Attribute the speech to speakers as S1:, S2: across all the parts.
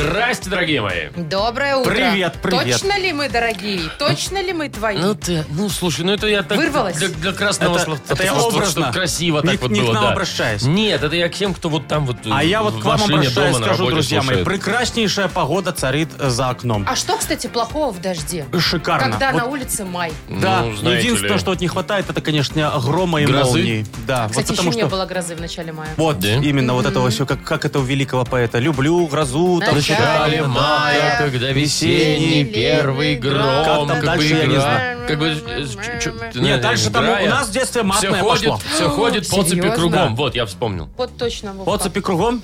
S1: Здрасте, дорогие мои.
S2: Доброе утро.
S1: Привет, привет.
S2: Точно ли мы дорогие? Точно ли мы твои?
S1: Ну ты, ну слушай, ну это я так...
S2: Вырвалась?
S1: Для, для красного
S3: Это-
S1: слова.
S3: это я
S1: просто,
S3: образно.
S1: чтобы красиво так
S3: Не-
S1: вот
S3: не к
S1: было,
S3: нам
S1: да.
S3: обращаюсь.
S1: Нет, это я к тем, кто вот там вот
S3: А
S1: э,
S3: я
S1: в
S3: вот к вам
S1: машине,
S3: обращаюсь,
S1: дома, на
S3: скажу,
S1: работе
S3: друзья мои,
S1: слушает.
S3: прекраснейшая погода царит э, за окном.
S2: А что, кстати, плохого в дожде?
S3: Шикарно.
S2: А Когда
S3: Вот
S2: на улице май.
S3: Да,
S1: Ну, знаете
S3: единственное,
S1: ли.
S3: что вот не хватает, это, конечно, грома и
S1: Грозы?
S3: молнии. Да, вот
S2: Кстати, еще
S3: потому
S2: не
S3: что-
S2: было грозы в начале мая.
S3: Вот,
S1: Да?
S3: именно вот этого все, как, как это у великого поэта. Люблю грозу, там
S2: Начало
S3: всё
S1: Начале
S2: Начале
S1: мая,
S2: мая,
S1: когда весенний
S2: весенний
S1: первый
S2: первый
S1: гром,
S3: гром. Как там
S1: бы
S3: дальше, я не
S1: игра-
S3: знаю.
S1: Как бы, э, чё- чё- ты,
S3: Нет,
S1: наверное,
S3: дальше там
S1: играя,
S3: у нас в детстве
S1: все
S3: матное
S1: ходит,
S3: пошло.
S1: Все ходит по цепи
S2: Серьезно?
S1: кругом. Вот, я вспомнил.
S2: Вот точно, Вовка.
S3: Вот цепи кругом?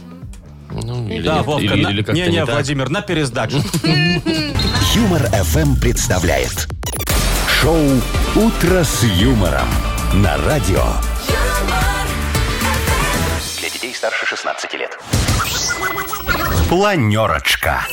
S1: Ну, или
S3: Да,
S1: нет,
S3: Вовка.
S1: или-
S3: на-
S1: или как-то
S3: Не,
S1: не
S3: не,
S1: так.
S3: Владимир, на пересдачу.
S4: Юмор ФМ представляет. Шоу «Утро с юмором» на радио. Для детей старше 16 лет. Планерочка.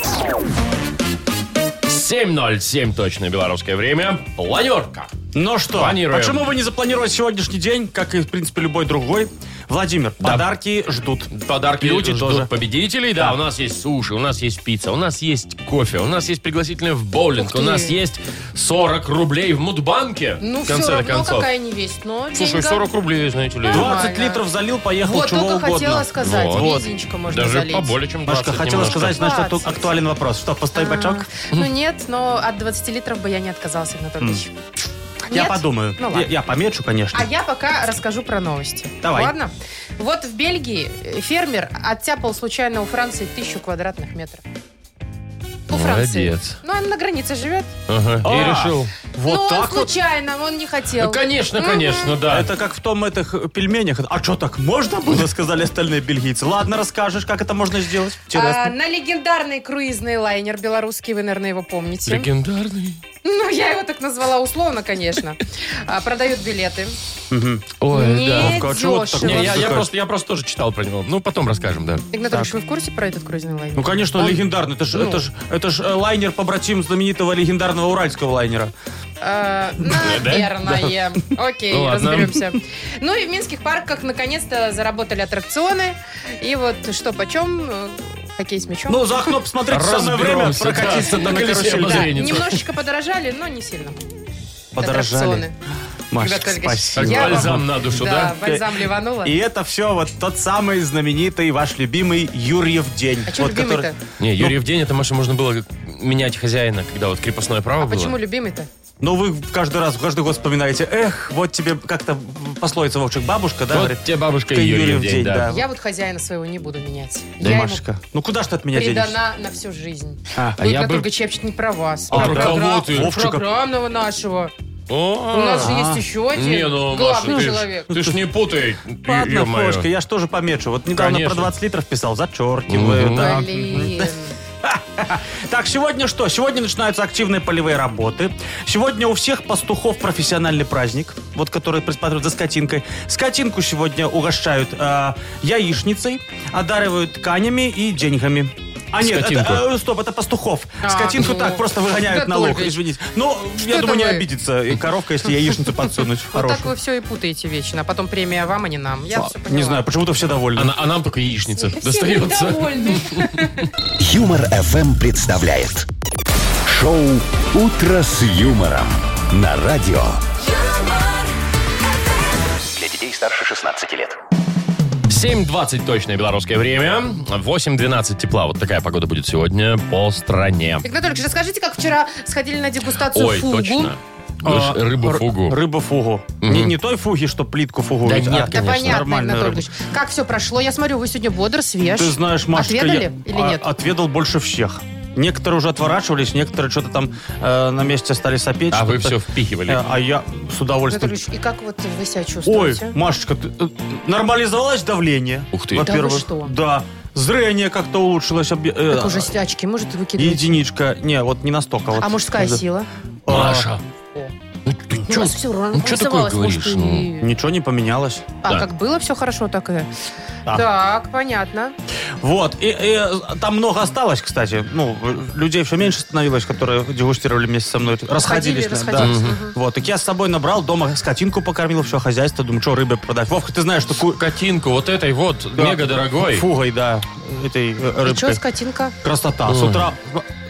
S1: 7.07 точно белорусское время. Планерка.
S3: Ну что,
S1: Планируем.
S3: почему бы не запланировать сегодняшний день, как и, в принципе, любой другой? Владимир,
S1: Да.
S3: подарки ждут.
S1: Подарки
S3: Люди
S1: ждут
S3: тоже.
S1: победителей. Да, у нас есть суши, у нас есть пицца, у нас есть кофе, у нас есть пригласительные в боулинг,
S2: Ух
S1: у
S2: ты.
S1: нас есть 40 рублей в Мудбанке.
S2: Ну,
S1: в
S2: все
S1: конце
S2: равно
S1: концов.
S2: какая не весть, но
S1: Слушай,
S2: деньга-
S1: 40 рублей, знаете ли.
S2: Да.
S3: 20
S2: Нормально.
S3: литров залил, поехал
S2: Вот,
S3: чего
S2: только хотела
S3: угодно.
S2: сказать,
S1: Вот.
S2: мизинчика можно
S1: Даже
S2: залить.
S1: поболее, чем 20
S3: Машка, хотела
S1: немножко.
S3: сказать, значит, тут
S2: 20.
S3: актуален вопрос. Что, пустой бачок?
S2: Ну нет, но от 20 литров бы я не отказался, Игнат Ольгович.
S3: Я
S2: Нет?
S3: подумаю.
S2: Ну
S3: Я-
S2: ладно.
S3: Я помечу, конечно.
S2: А я пока расскажу про новости.
S3: Давай.
S2: Ладно? Вот в Бельгии э, фермер оттяпал случайно у Франции тысячу квадратных метров. У Франции.
S1: Молодец.
S2: Ну, он на границе живет.
S1: Ага, и
S3: А.
S1: решил.
S2: но
S3: Вот
S2: он
S3: так вот.
S2: случайно, он не хотел.
S1: Ну, конечно, конечно, да.
S3: Это как в том этих э, пельменях. А что так можно было, сказали остальные бельгийцы. Ладно, расскажешь, как это можно сделать.
S2: А,
S3: Интересно.
S2: на легендарный круизный лайнер белорусский, вы, наверное, его помните.
S1: Легендарный.
S2: Ну, я его так назвала условно, конечно. А, продают билеты.
S3: Мгм.
S2: Ой, да.
S3: Вовка, а чего ты так
S2: Недешево.
S1: Не, я, я
S3: Такая-
S1: просто, я просто тоже читал про него. Ну, потом расскажем, да.
S2: Игнат Ольгович, вы в курсе про этот круизный лайнер?
S3: Ну, конечно, он
S2: Он-
S3: легендарный. Это же
S2: Ну.
S3: это ж, это ж, э, лайнер побратим знаменитого легендарного уральского лайнера.
S2: Э, Наверное. Окей,
S1: Ну, ладно.
S2: разберемся. Ну и в минских парках наконец-то заработали аттракционы. И вот что почем, э, хоккей с мячом.
S3: Ну, за окно посмотреть самое время,
S1: Разберемся, да.
S3: прокатиться
S1: На
S3: на
S1: колесе
S3: карусели.
S2: Да,
S1: обозрения. зреница.
S2: немножечко подорожали, но не сильно.
S3: Подорожали.
S2: Аттракционы.
S3: Машечка,
S2: Игнат Ольгович,
S3: спасибо.
S1: Как
S2: я
S1: бальзам
S2: вам-
S1: на душу, да? Э,
S2: Да, бальзам ливанула.
S3: И это все вот тот самый знаменитый ваш любимый Юрьев день.
S2: А чё
S3: Вот
S2: любимый-то?
S3: который- Ну,
S1: Не, Юрий в день, это, Маша, можно было менять хозяина, когда вот крепостное право
S2: А
S1: было.
S2: почему любимый-то?
S3: Ну, вы каждый раз, каждый год вспоминаете, эх, вот тебе как-то пословица, Вовчик, бабушка, да?
S1: Вот
S3: говорит,
S1: тебе бабушка
S3: «Ты
S1: и Юрьев
S3: Юрьев
S1: день,
S3: день,
S1: да.
S3: да.
S2: Я вот хозяина своего не буду менять.
S3: Да,
S2: Я ему
S3: Машечка, ну куда ж ты от меня денешься?
S2: придана на всю жизнь.
S3: А,
S1: а я
S2: Игнат
S1: бы-
S2: Ольгович, я вообще не про вас.
S1: А про
S2: программ-
S1: кого ты?
S3: Вовчика.
S2: Программного нашего.
S1: О,
S2: У нас же есть еще
S1: А. Не,
S2: один
S1: ну,
S2: главный
S1: Маша, ты ж-
S2: человек.
S1: ты ж не путай,
S3: Ладно,
S1: ё-моё.
S3: Фошка, я ж тоже помечу. Вот недавно
S1: Конечно.
S3: про 20 литров писал, зачеркиваю.
S1: Мгм.
S3: да.
S2: Блин.
S3: Так, сегодня что? Сегодня начинаются активные полевые работы. Сегодня у всех пастухов профессиональный праздник, вот который присматривают за скотинкой. Скотинку сегодня угощают э, яичницей, одаривают тканями и деньгами. А нет, это,
S1: Скотинку.
S3: э, стоп, это пастухов.
S2: А,
S3: Скотинку
S2: ну.
S3: так просто выгоняют на луг,
S2: Готовить.
S3: извините. Ну, я
S2: это
S3: думаю, не
S2: вы?
S3: обидится и коровка, если яичницу подсунуть
S2: Вот так
S3: хорошую.
S2: вы все и путаете вечно. А потом премия вам, а не нам. Я все поняла.
S3: Не знаю, почему-то все довольны.
S1: А, на- а нам только яичница
S2: Все
S1: достается.
S2: недовольны.
S4: Юмор ФМ представляет. Шоу «Утро с юмором» на радио. Для детей старше 16 лет.
S1: 7.20 точное белорусское время. 8.12 тепла. Вот такая погода будет сегодня по стране.
S2: Игнат Ольгович, расскажите, как вчера сходили на дегустацию
S1: Ой,
S2: фугу.
S1: точно. Вы ж
S3: А,
S1: рыбу
S3: р-
S1: фугу.
S3: Рыбу фугу.
S1: Мгм.
S3: Не, не той фуги, что плитку фугу. а,
S1: Да нет,
S2: Да
S1: Конечно,
S2: понятно,
S3: нормальная
S2: Игнат
S3: рыба.
S2: Ольгович. Как все прошло? Я смотрю, вы сегодня бодр, свеж.
S3: Ты знаешь, Машечка,
S2: Отведали
S3: я,
S2: или
S3: а,
S2: нет?
S3: отведал больше всех. Некоторые уже отворачивались, некоторые что-то там э, на месте стали сопеть.
S1: А вы
S3: что-то.
S1: все впихивали.
S3: Э, а я с
S2: Игнат
S3: удовольствием.
S2: Ольгович, и как вот вы себя
S3: Ой,
S2: чувствуете?
S3: Машечка, ты, э, нормализовалось давление.
S1: Ух ты.
S2: Да вы
S3: Во-первых,
S2: что?
S3: да. Зрение как-то улучшилось. объ- э,
S2: Так уже А стячки, может, выкидывать?
S3: Единичка. Не, вот не настолько. вот.
S2: А мужская
S3: Да.
S2: сила?
S3: А,
S1: Маша.
S2: О.
S1: ну ты-
S2: у
S1: чё-
S2: вас все равно
S1: ну, чё такое
S2: оставалось, может,
S1: говоришь, ну?
S2: и-
S3: Ничего не поменялось.
S2: А
S1: Да.
S2: как было все хорошо, так и...
S3: Да.
S2: Так, понятно.
S3: Вот. И, и там много осталось, кстати. Ну, людей все меньше становилось, которые дегустировали вместе со мной. Расходились. да.
S2: расходились,
S3: Да. Вот. Так я с собой набрал, дома скотинку покормил, все хозяйство. Думаю, что рыбы продать. Вовка, ты знаешь, что... ку-
S1: Катинку вот этой вот, мега дорогой.
S3: Фугой, да. Этой э,
S2: И что,
S3: рыбкой.
S2: скотинка?
S3: Красота. С утра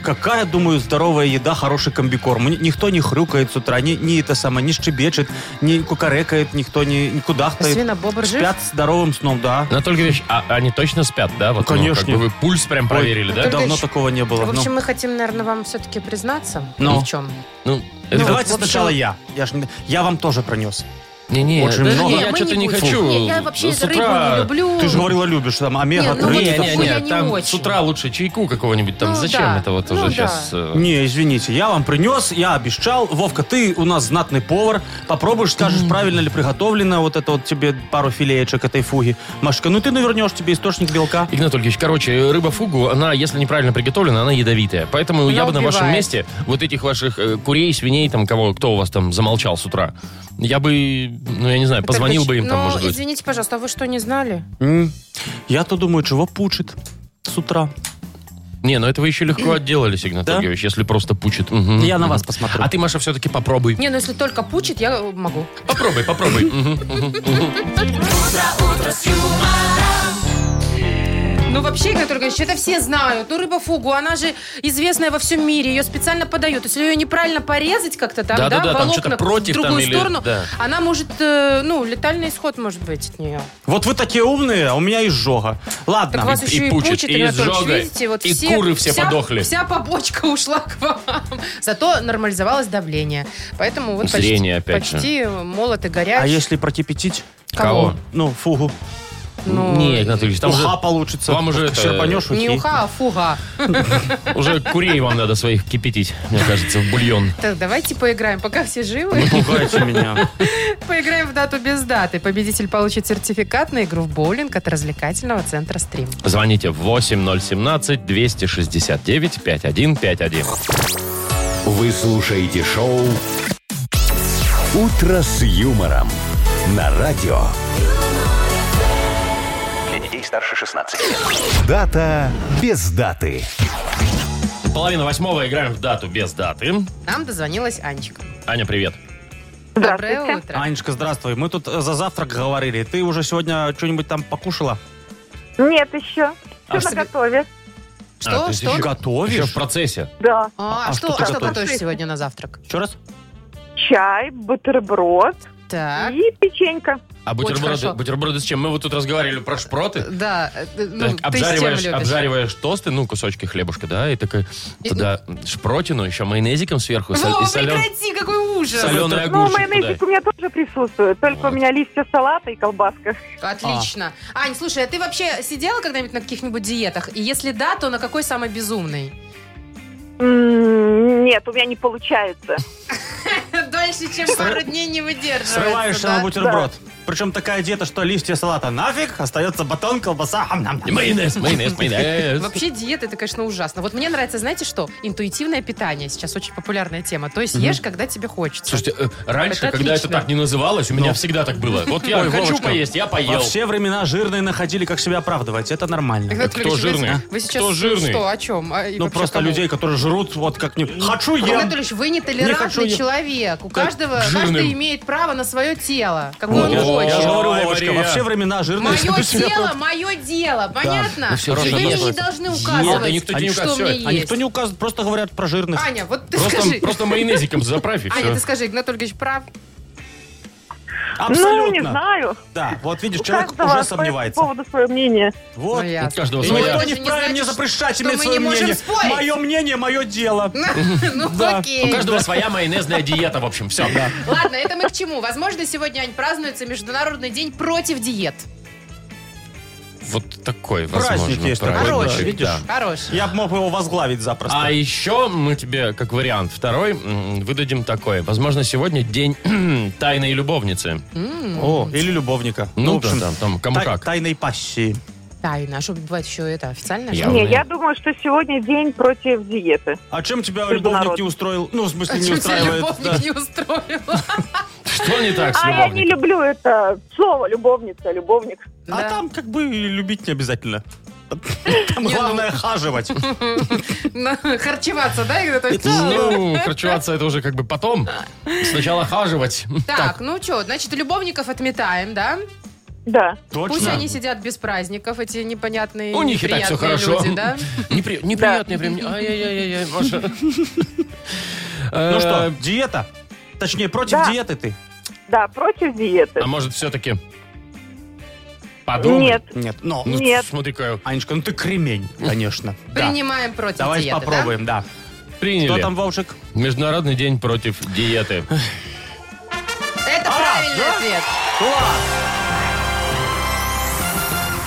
S3: какая, думаю, здоровая еда, хороший комбикорм. Ни- Никто не хрюкает с утра, ни, ни это самое, не щебечет, не кукарекает, никто не, не кудахтает.
S2: А Свинобобр жив?
S3: Спят здоровым сном, да.
S1: Анатолий Григорьевич, а они точно спят, да? Вот, ну,
S3: Конечно.
S1: как бы вы пульс прям проверили,
S3: Ой,
S1: да?
S2: Только
S3: Давно
S2: еще-
S3: такого не было.
S2: В
S3: Ну,
S2: общем, мы хотим, наверное, вам все-таки признаться
S3: Ну.
S2: ни в чем.
S1: Ну,
S3: ну,
S1: это-
S3: давайте
S2: в общем-
S3: сначала я. Я, ж не- я вам тоже пронес.
S1: Не-не,
S3: Очень
S1: даже
S3: много.
S1: не, А, ну, я
S2: Ну, мы
S1: что-то не
S2: будем.
S1: хочу.
S2: Не, я вообще
S1: С
S2: рыбу
S1: утра-
S2: не люблю.
S3: Ты же говорила, любишь там омега
S2: Ну. Не, ну,
S3: три.
S2: вот
S1: Не-не-не,
S2: такую я не
S1: там с
S2: очень.
S1: утра лучше чайку какого-нибудь там.
S2: Ну
S1: Зачем
S2: да,
S1: это вот
S2: ну
S1: уже
S2: да.
S1: сейчас? э,
S3: Не, извините, я вам принес, я обещал. Вовка, ты у нас знатный повар. Попробуешь, скажешь, правильно ли приготовлено вот это вот тебе пару филеечек этой фуги. Машка, ну ты навернешь тебе источник белка.
S1: Игнат Ольгович, короче, рыба фугу, она, если неправильно приготовлена, она ядовитая. Поэтому
S2: Она
S1: я бы на вашем
S2: убивает.
S1: месте вот этих ваших э, курей, свиней, там кого, кто у вас там замолчал с утра, я бы, ну я не знаю, позвонил бы им там,
S2: Ну,
S1: может быть.
S2: извините, пожалуйста, а вы что, не знали?
S3: М. Я-то думаю, чего пучит с утра.
S1: Не, ну это вы еще легко отделались, Игнат
S3: Да?
S1: Ольгович, если просто пучит. Мгм,
S3: Я на
S1: мгм.
S3: вас посмотрю.
S1: А ты, Маша, все-таки попробуй.
S2: Не, ну если только пучит, я могу.
S1: Попробуй, попробуй. Мгм.
S2: Ну, вообще, Игорь Григорьевич, это все знают. Ну, рыба фугу, она же известная во всем мире. Ее специально подают. Если ее неправильно порезать как-то там, да,
S1: Да-да-да, там
S2: волокна
S1: что-то против
S2: в
S1: там
S2: другую
S1: или-
S2: сторону,
S1: да.
S2: она может, э, ну, летальный исход может быть от нее.
S3: Вот вы такие умные, а у меня изжога. Ладно.
S2: Так вас
S1: и-
S2: еще
S1: и
S2: и,
S1: пучит,
S2: пучит,
S1: и
S2: Игорь Анатольевич,
S1: изжога,
S2: видите, вот
S1: и куры все
S2: вся-
S1: подохли.
S2: Вся побочка ушла к вам. Зато нормализовалось давление. Поэтому вот почти-
S1: Зрение опять же.
S2: почти молот и горяч.
S3: А если прокипятить?
S1: Кого?
S3: Ну, фугу.
S2: Ну,
S1: Не, Игнат Ольгович, там же
S3: Уха получится.
S1: вам уже
S3: Вот
S1: это-
S3: Шерпанешь
S2: Не
S3: ухи.
S2: уха, а фуга.
S1: уже курей вам надо своих кипятить, мне кажется, в бульон.
S2: Так, давайте поиграем, пока все живы.
S3: Не пугайте меня.
S2: Поиграем в дату без даты. Победитель получит сертификат на игру в боулинг от развлекательного центра «Стрим».
S1: Звоните в 8017-269-5151.
S4: Вы слушаете шоу «Утро с юмором» на радио.
S5: Для детей старше 16 лет.
S4: Дата без даты.
S1: Половина восьмого играем в дату без даты.
S2: Нам дозвонилась Анечка.
S1: Аня, привет.
S2: Доброе утро.
S3: Анечка, здравствуй. Мы тут э, за завтрак говорили. Ты уже сегодня что-нибудь там покушала?
S6: Нет, еще.
S3: А
S6: Все
S3: что-
S6: на готове.
S1: А, то
S2: Что?
S1: есть еще-
S2: что?
S1: Еще в
S3: Готовишь?
S1: процессе.
S6: Да.
S2: А,
S3: а
S2: а что,
S3: что ты
S2: а что
S3: готовишь?
S2: готовишь сегодня на завтрак?
S3: Еще раз?
S6: Чай, бутерброд
S2: Так,
S6: и печенька.
S1: А бутерброды,
S2: хорошо.
S1: бутерброды с чем? Мы вот тут разговаривали про шпроты.
S2: да, э, э, ну,
S1: Так,
S2: ты с тем
S1: обжариваешь,
S2: любишь.
S1: обжариваешь тосты, ну, кусочки хлебушка, да, и такая
S2: И- Ну,
S1: туда шпротину, еще майонезиком сверху, соль-
S2: Во,
S1: и солен-
S2: прекрати, какой ужас!
S1: соленый
S6: Ну,
S1: огурчик туда.
S6: майонезик у меня тоже присутствует. Только
S1: Вот.
S6: у меня листья салата и колбаска.
S2: Отлично. Ань, слушай, а ты вообще сидела когда-нибудь на каких-нибудь диетах? И если да, то на какой самый безумный?
S6: М, Нет, у меня не получается.
S2: Дольше, чем пару дней не выдерживается.
S3: Срываешься
S2: да?
S3: на бутерброд. Причем такая диета, что листья салата нафиг, остается батон, колбаса. ам-ням-ням.
S1: И Майонез, майонез, майонез.
S2: Вообще диета, это, конечно, ужасно. Вот мне нравится, знаете что? Интуитивное питание сейчас очень популярная тема. То есть ешь, когда тебе хочется.
S1: Слушайте, э, раньше,
S2: Это
S1: когда это
S2: отлично.
S1: так не называлось, у меня
S3: Ну.
S1: всегда так было. Вот я
S3: Ой,
S1: хочу
S3: Вовочка,
S1: поесть, я
S3: Во
S1: поел.
S3: все времена жирные находили, как себя оправдывать. Это нормально.
S2: Игнат
S1: кто
S2: Анатольевич,
S1: жирный, а?
S2: Вы, вы сейчас
S1: Кто жирный?
S2: что, о чем? А, и
S3: Ну,
S2: вообще
S3: просто
S2: кому?
S3: людей, которые жрут, вот как не... Хочу
S2: Игнат
S3: я!
S2: Анатольевич, вы
S3: Не хочу
S2: нетолерантный
S3: я.
S2: человек. У каждого,
S1: к жирным.
S2: каждый имеет право на свое тело. Какое
S3: Вот,
S2: он
S3: я,
S1: Ой,
S3: я же
S2: хочет.
S3: говорю,
S1: Мария.
S3: Вовочка, во все времена жирные...
S2: Мое
S3: как себя
S2: тело,
S3: оправдывают.
S2: мое дело, понятно?
S1: Ну, всё,
S2: И
S1: хорошо,
S2: вы мне не
S1: согласен.
S2: должны указывать,
S1: Да никто тебе не
S2: что
S1: указывает.
S2: мне
S1: А
S2: есть.
S3: А никто не указывает, просто говорят про жирных.
S2: Аня, вот ты
S1: Просто,
S2: скажи.
S1: просто майонезиком заправь и
S2: Аня,
S1: все.
S2: ты скажи, Игнат Ольгович прав?
S3: Абсолютно.
S2: А,
S6: Ну, не знаю.
S3: Да, вот видишь,
S6: У
S3: человек
S6: каждого
S3: уже
S6: свое-
S3: сомневается.
S6: По поводу своего мнения.
S3: Вот.
S2: Ну,
S3: И
S2: ясно.
S1: У каждого
S2: И
S1: своя.
S3: никто
S2: это
S3: не
S2: же не
S3: вправе
S2: значит,
S3: мне запрещать
S2: что
S3: иметь
S2: мы
S3: свое
S2: не можем
S3: мнение.
S2: спорить.
S3: Мое мнение, мое дело.
S2: Ну,
S3: Да.
S1: У
S2: окей.
S1: каждого своя майонезная диета, в общем, все.
S2: Ладно, это мы к чему? Возможно, сегодня, Ань, празднуется Международный день против диет.
S1: Вот такой, возможно.
S3: Праздник есть такой,
S1: праздник,
S2: Хороший,
S1: да.
S3: видишь?
S2: Хорош.
S3: Я бы мог его возглавить запросто.
S1: А еще мы тебе, как вариант второй, м, выдадим такой. Возможно, сегодня день тайной любовницы.
S3: О, или любовника.
S1: Ну
S3: в общем,
S1: да, там- там кому
S3: тай-
S1: как.
S3: Тайной пассии.
S2: Тайна. А что, бывает еще это официальное?
S1: Я
S2: что ли?
S6: Не, я думаю, что сегодня день против диеты.
S3: А чем тебя
S6: Ты
S3: любовник
S6: народ.
S3: не устроил? Ну, в
S2: А
S3: смысле, не
S2: чем тебя
S3: устраивает.
S2: любовник
S3: да.
S2: не устроил?
S1: Что не так с
S6: А я не
S1: любовником?
S6: люблю это слово любовница, любовник.
S3: А
S2: Да.
S3: там как бы и любить не обязательно. Там
S2: Не, ну-
S3: главное хаживать.
S2: На- Харчеваться, да? Игорь? То есть,
S1: Ну, харчеваться это уже как бы потом. Сначала хаживать.
S2: Так, ну что, значит, любовников отметаем, да?
S6: Да.
S2: Пусть
S3: Точно.
S2: они сидят без праздников, эти непонятные,
S1: У них и так все
S2: неприятные
S1: хорошо.
S2: люди, да?
S1: Непри- Неприятное время. Ай-яй-яй-яй, Маша.
S3: Ну что,
S1: Э,
S3: диета? Точнее, против
S6: Да.
S3: диеты ты?
S6: Да, против диеты.
S1: А может, все-таки подумать?
S6: Нет.
S3: Нет. Но.
S1: Ну,
S6: Нет.
S1: смотри-ка,
S3: Анечка, ну ты кремень, конечно. Да.
S2: Принимаем против
S3: Давай
S2: диеты, да?
S3: попробуем, да. Кто
S1: приняли.
S3: там, Вовшик?
S1: Международный день против диеты.
S2: Это
S3: А,
S2: правильный
S3: да?
S2: ответ.
S3: Класс!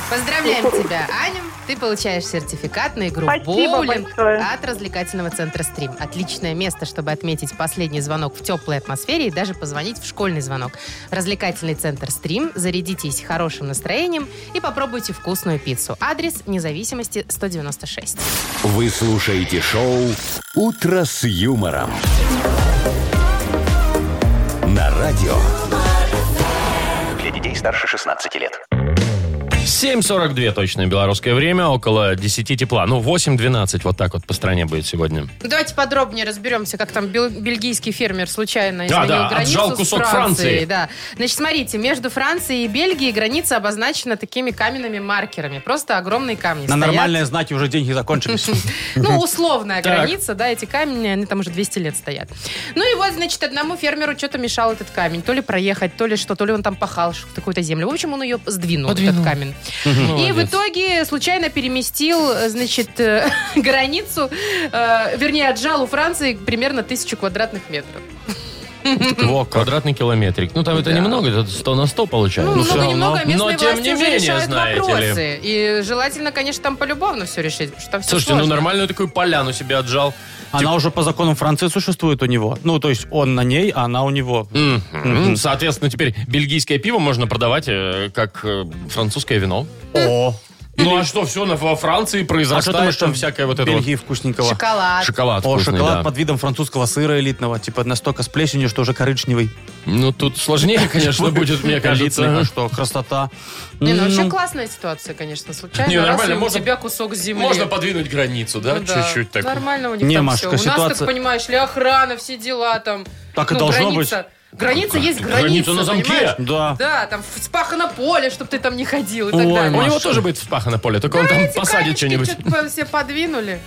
S2: Поздравляем тебя, Аня. Ты получаешь сертификат на игру
S6: Спасибо
S2: «Боулинг»
S6: большое.
S2: от развлекательного центра «Стрим». Отличное место, чтобы отметить последний звонок в теплой атмосфере и даже позвонить в школьный звонок. Развлекательный центр «Стрим». Зарядитесь хорошим настроением и попробуйте вкусную пиццу. Адрес независимости 196.
S4: Вы слушаете шоу «Утро с юмором». На радио
S5: Для детей старше 16 лет.
S1: 7.42 точное белорусское время, около 10 тепла. Ну, 8.12 вот так вот по стране будет сегодня.
S2: Ну, Давайте подробнее разберемся, как там бел- бельгийский фермер случайно
S1: Да,
S2: изменил
S1: да,
S2: границу
S1: отжал
S2: с
S1: кусок Франции.
S2: Да. Значит, смотрите, между Францией и Бельгией граница обозначена такими каменными маркерами. Просто огромные камни
S3: На
S2: стоят.
S3: нормальные знаки уже деньги закончились.
S2: Ну, условная
S1: Так.
S2: граница, да, эти камни, они там уже 200 лет стоят. Ну и вот, значит, одному фермеру что-то мешал этот камень. То ли проехать, то ли что, то ли он там пахал ш- какую-то землю. В общем, он ее сдвинул, этот камень. И в
S1: Молодец.
S2: итоге случайно переместил, э, значит, э, границу, э, вернее, отжал у Франции примерно тысячу квадратных метров.
S1: Во, квадратный километрик. Ну, там это немного, это 100 на 100 получается.
S2: Ну,
S1: всё равно.
S2: много-немного, местные
S1: Но, тем
S2: власти
S1: не
S2: уже
S1: менее,
S2: решают
S1: знаете ли.
S2: вопросы. И желательно, конечно, там полюбовно все решить, потому что там все
S1: Слушайте, ну нормальную такую поляну себе отжал.
S3: Она уже по законам Франции существует у него. Ну, то есть он на ней, а она у него.
S1: М, м, Ну, Соответственно, теперь бельгийское пиво можно продавать э, как э, французское вино.
S3: О!
S1: Ну а что, все во Франции
S3: А что
S1: произрастает,
S3: думаешь,
S1: что там
S3: там
S1: всякое вот это вот.
S3: Бельгии вкусненького?
S2: Шоколад.
S1: Шоколад
S3: О,
S1: вкусный,
S3: шоколад
S1: да.
S3: под видом французского сыра элитного. Типа настолько с плесенью, что уже коричневый.
S1: Ну тут сложнее, конечно, будет, мне
S3: Элитный, а
S1: кажется.
S3: что, красота.
S2: Не, ну вообще
S3: М,
S2: классная ситуация, конечно, случайно.
S1: Не,
S2: раз
S1: нормально,
S2: и у
S1: можно-
S2: тебя кусок земли.
S1: Можно подвинуть границу, да,
S2: Ну да,
S1: чуть-чуть так.
S2: Нормально у них
S3: Не,
S2: там
S3: Машка,
S2: все. У нас,
S3: ситуация-
S2: так понимаешь ли, охрана, все дела там.
S3: Так и должно
S2: быть. Граница есть граница,
S1: Граница на замке.
S2: понимаешь?
S3: Да.
S2: Да, там вспахано поле, чтобы ты там не ходил и
S3: Ой,
S2: так
S1: У
S2: далее. Ну,
S3: Маш,
S1: него
S3: Маша.
S1: тоже будет вспахано поле, только он там посадит что-нибудь.
S2: то все подвинули.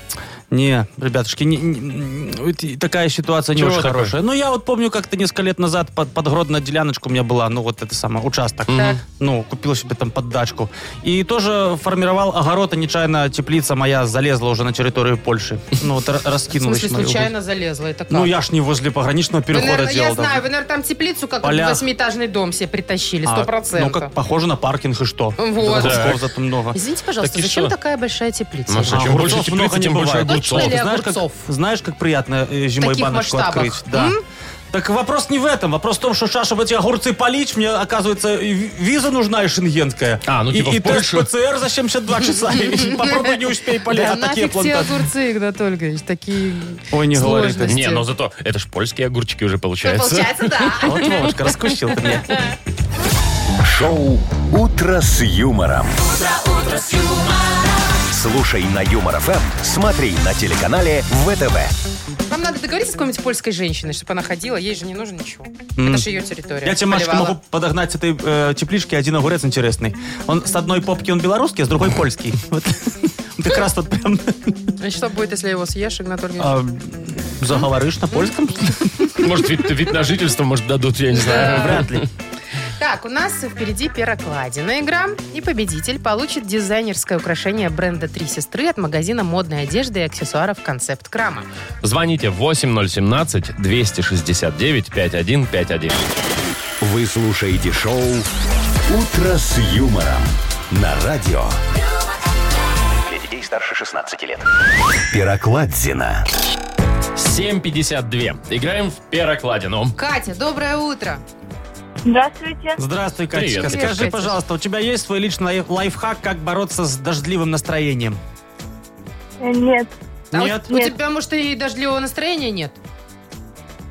S3: Не, ребятушки, не- не- вот такая ситуация не
S1: Чего
S3: очень
S1: такое?
S3: хорошая. Ну, я вот помню, как-то несколько лет назад под, под Гродно деляночка у меня была, ну, вот это самое, участок.
S2: Так.
S3: Ну, купил себе там поддачку. И тоже формировал огород, и нечаянно теплица моя залезла уже на территорию Польши. Ну, вот р-
S2: В
S3: раскинулась.
S2: смысле,
S3: мою-
S2: случайно залезла. Это как?
S3: Ну, я ж не возле пограничного
S2: Вы,
S3: перехода
S2: наверное,
S3: делал.
S2: я
S3: да.
S2: знаю, вы, наверное, там теплицу как
S3: Поля.
S2: восьмиэтажный дом себе притащили,
S3: А,
S2: сто процентов.
S3: Ну, как похоже на паркинг и что.
S2: Вот.
S3: Огурцов зато много.
S2: Извините, пожалуйста,
S1: Так и
S2: зачем
S1: что?
S2: такая большая теплица?
S1: Маша,
S3: А
S1: чем
S3: огурцов
S1: больше
S3: много
S1: теплицы,
S3: не
S1: тем больше
S3: бывает.
S1: огурцов.
S2: Точно ли?
S3: Знаешь, как,
S2: огурцов.
S3: знаешь, как приятно э, зимой
S2: таких
S3: баночку
S2: масштабах.
S3: открыть? Да.
S2: М?
S3: Так вопрос не в этом. Вопрос в том, что Шаша в эти огурцы полить, мне, оказывается, и ви- виза нужна и шенгенская.
S1: А, ну
S3: и,
S1: типа в
S3: и тест
S1: Польшу.
S3: ПЦР за 72 часа. И Попробуй не успей полить.
S2: Да
S3: а такие
S2: нафиг все
S3: плантации.
S2: огурцы, Игнат Ольгович, такие
S3: Ой, не ну, говори ты.
S2: сложности.
S1: Не, но зато это ж польские огурчики уже
S2: Ну,
S1: получается.
S2: Получается, да.
S3: А Вот, Вовочка, раскусил ты меня.
S4: шоу «Утро с юмором». Слушай на Юмор ФМ, смотри на телеканале ВТВ.
S2: Вам надо договориться с какой-нибудь польской женщиной, чтобы она ходила, ей же не нужно ничего.
S3: М.
S2: Это же ее территория.
S3: Я тебе, Машка,
S2: Поливала.
S3: могу подогнать с этой э, теплички один огурец интересный. Он с одной попки он белорусский, а с другой польский. Вот. Он Как раз вот прям
S2: И что будет, если его съешь, Игнат Ольгович?
S3: э, заговоришь на польском.
S1: Может, вид, вид на жительство, может, дадут, я не знаю.
S3: Вряд ли.
S2: Так, у нас впереди перокладина игра. И победитель получит дизайнерское украшение бренда «Три сестры» от магазина модной одежды и аксессуаров «Концепт Крама».
S1: Звоните 8017-269-5151.
S4: Вы слушаете шоу «Утро с юмором» на радио
S5: Для детей старше 16 лет.
S4: Пирокладзина.
S1: 752. Играем в перокладину.
S2: Катя, доброе утро.
S7: Здравствуйте.
S3: Здравствуй, Катечка.
S1: Привет,
S3: Скажи,
S2: Катя.
S3: пожалуйста, у тебя есть свой личный лайф- лайфхак, как бороться с дождливым настроением?
S7: Нет.
S2: А у-
S3: Нет?
S2: У,
S7: Нет.
S2: тебя, может, и дождливого настроения нет?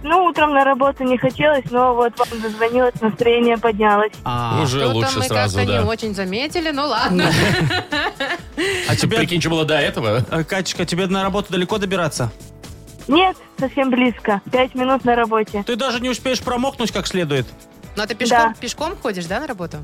S7: Ну, утром на работу не хотелось, но вот вам дозвонилось, настроение поднялось.
S3: А,
S1: Уже
S2: Что-то
S1: лучше
S2: мы
S1: сразу,
S2: как-то
S1: да.
S2: не очень заметили, ну ладно.
S3: а
S1: Тебе...
S3: тебе,
S1: Прикинь, что было до этого?
S3: э, Катечка, тебе на работу далеко добираться?
S7: Нет, совсем близко. Пять минут на работе.
S3: Ты даже не успеешь промокнуть как следует.
S2: Ну, а ты пешком,
S7: Да.
S2: пешком ходишь, да, на работу?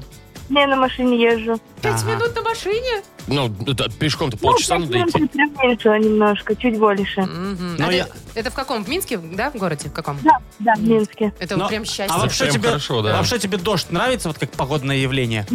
S7: Не, на машине езжу. Ну,
S2: Пять
S3: Ага.
S2: минут на машине?
S1: Ну, да, пешком-то полчаса
S7: ну, пять
S1: надо идти.
S7: минут прям меньше немножко, чуть больше.
S2: Мгм.
S1: Ну,
S3: Но
S2: А ты-
S3: я-
S2: Это в каком? В Минске, да, в городе? В каком?
S7: Да, да, в Минске.
S2: Это
S1: Ну,
S3: Но-
S2: вот прям счастье.
S3: А вообще
S1: Прям
S3: тебе,
S1: хорошо, да.
S3: вообще тебе дождь нравится, вот как погодное явление?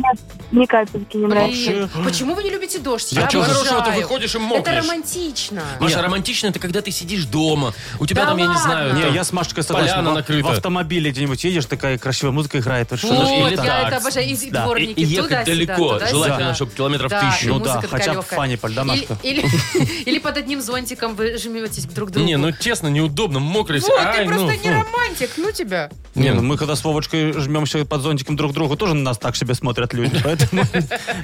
S7: Ни капельки не
S2: Блин,
S7: нравится.
S3: вообще-
S2: Почему вы не любите дождь?
S1: Да
S2: Я
S1: чего хорошего, ты
S2: обожаю.
S1: выходишь и
S2: Это
S1: мокнешь.
S2: романтично.
S1: Маша,
S3: Нет.
S1: романтично это когда ты сидишь дома. У тебя
S2: Да
S1: там, я не
S2: ладно.
S1: знаю,
S3: Не,
S1: там
S3: я с Машечкой
S1: поляна
S3: согласен. В-
S1: накрыта.
S3: В автомобиле где-нибудь едешь, такая красивая музыка играет. Вот что
S1: Ну,
S3: за
S2: Вот,
S1: или
S3: фигня?
S2: я
S1: так.
S2: это обожаю. И
S3: Да.
S1: И,
S2: дворники
S1: и ехать
S2: туда-сюда,
S1: далеко.
S2: туда-сюда.
S1: Желательно, чтобы километров
S2: Да,
S1: тысячу.
S2: и
S3: Ну да,
S2: музыка
S3: хотя бы
S2: легкая.
S3: в фане по льдам, а
S2: Или-
S3: что?
S2: Или или под одним зонтиком вы жметесь друг к другу.
S1: Не, ну честно, неудобно, мокрый.
S2: Вот,
S1: Ай,
S2: ты просто
S1: ну,
S2: не
S1: фу.
S2: романтик, ну тебя.
S3: Не, ну мы когда с Вовочкой жмемся под зонтиком друг к другу, тоже на нас так себе смотрят люди. Поэтому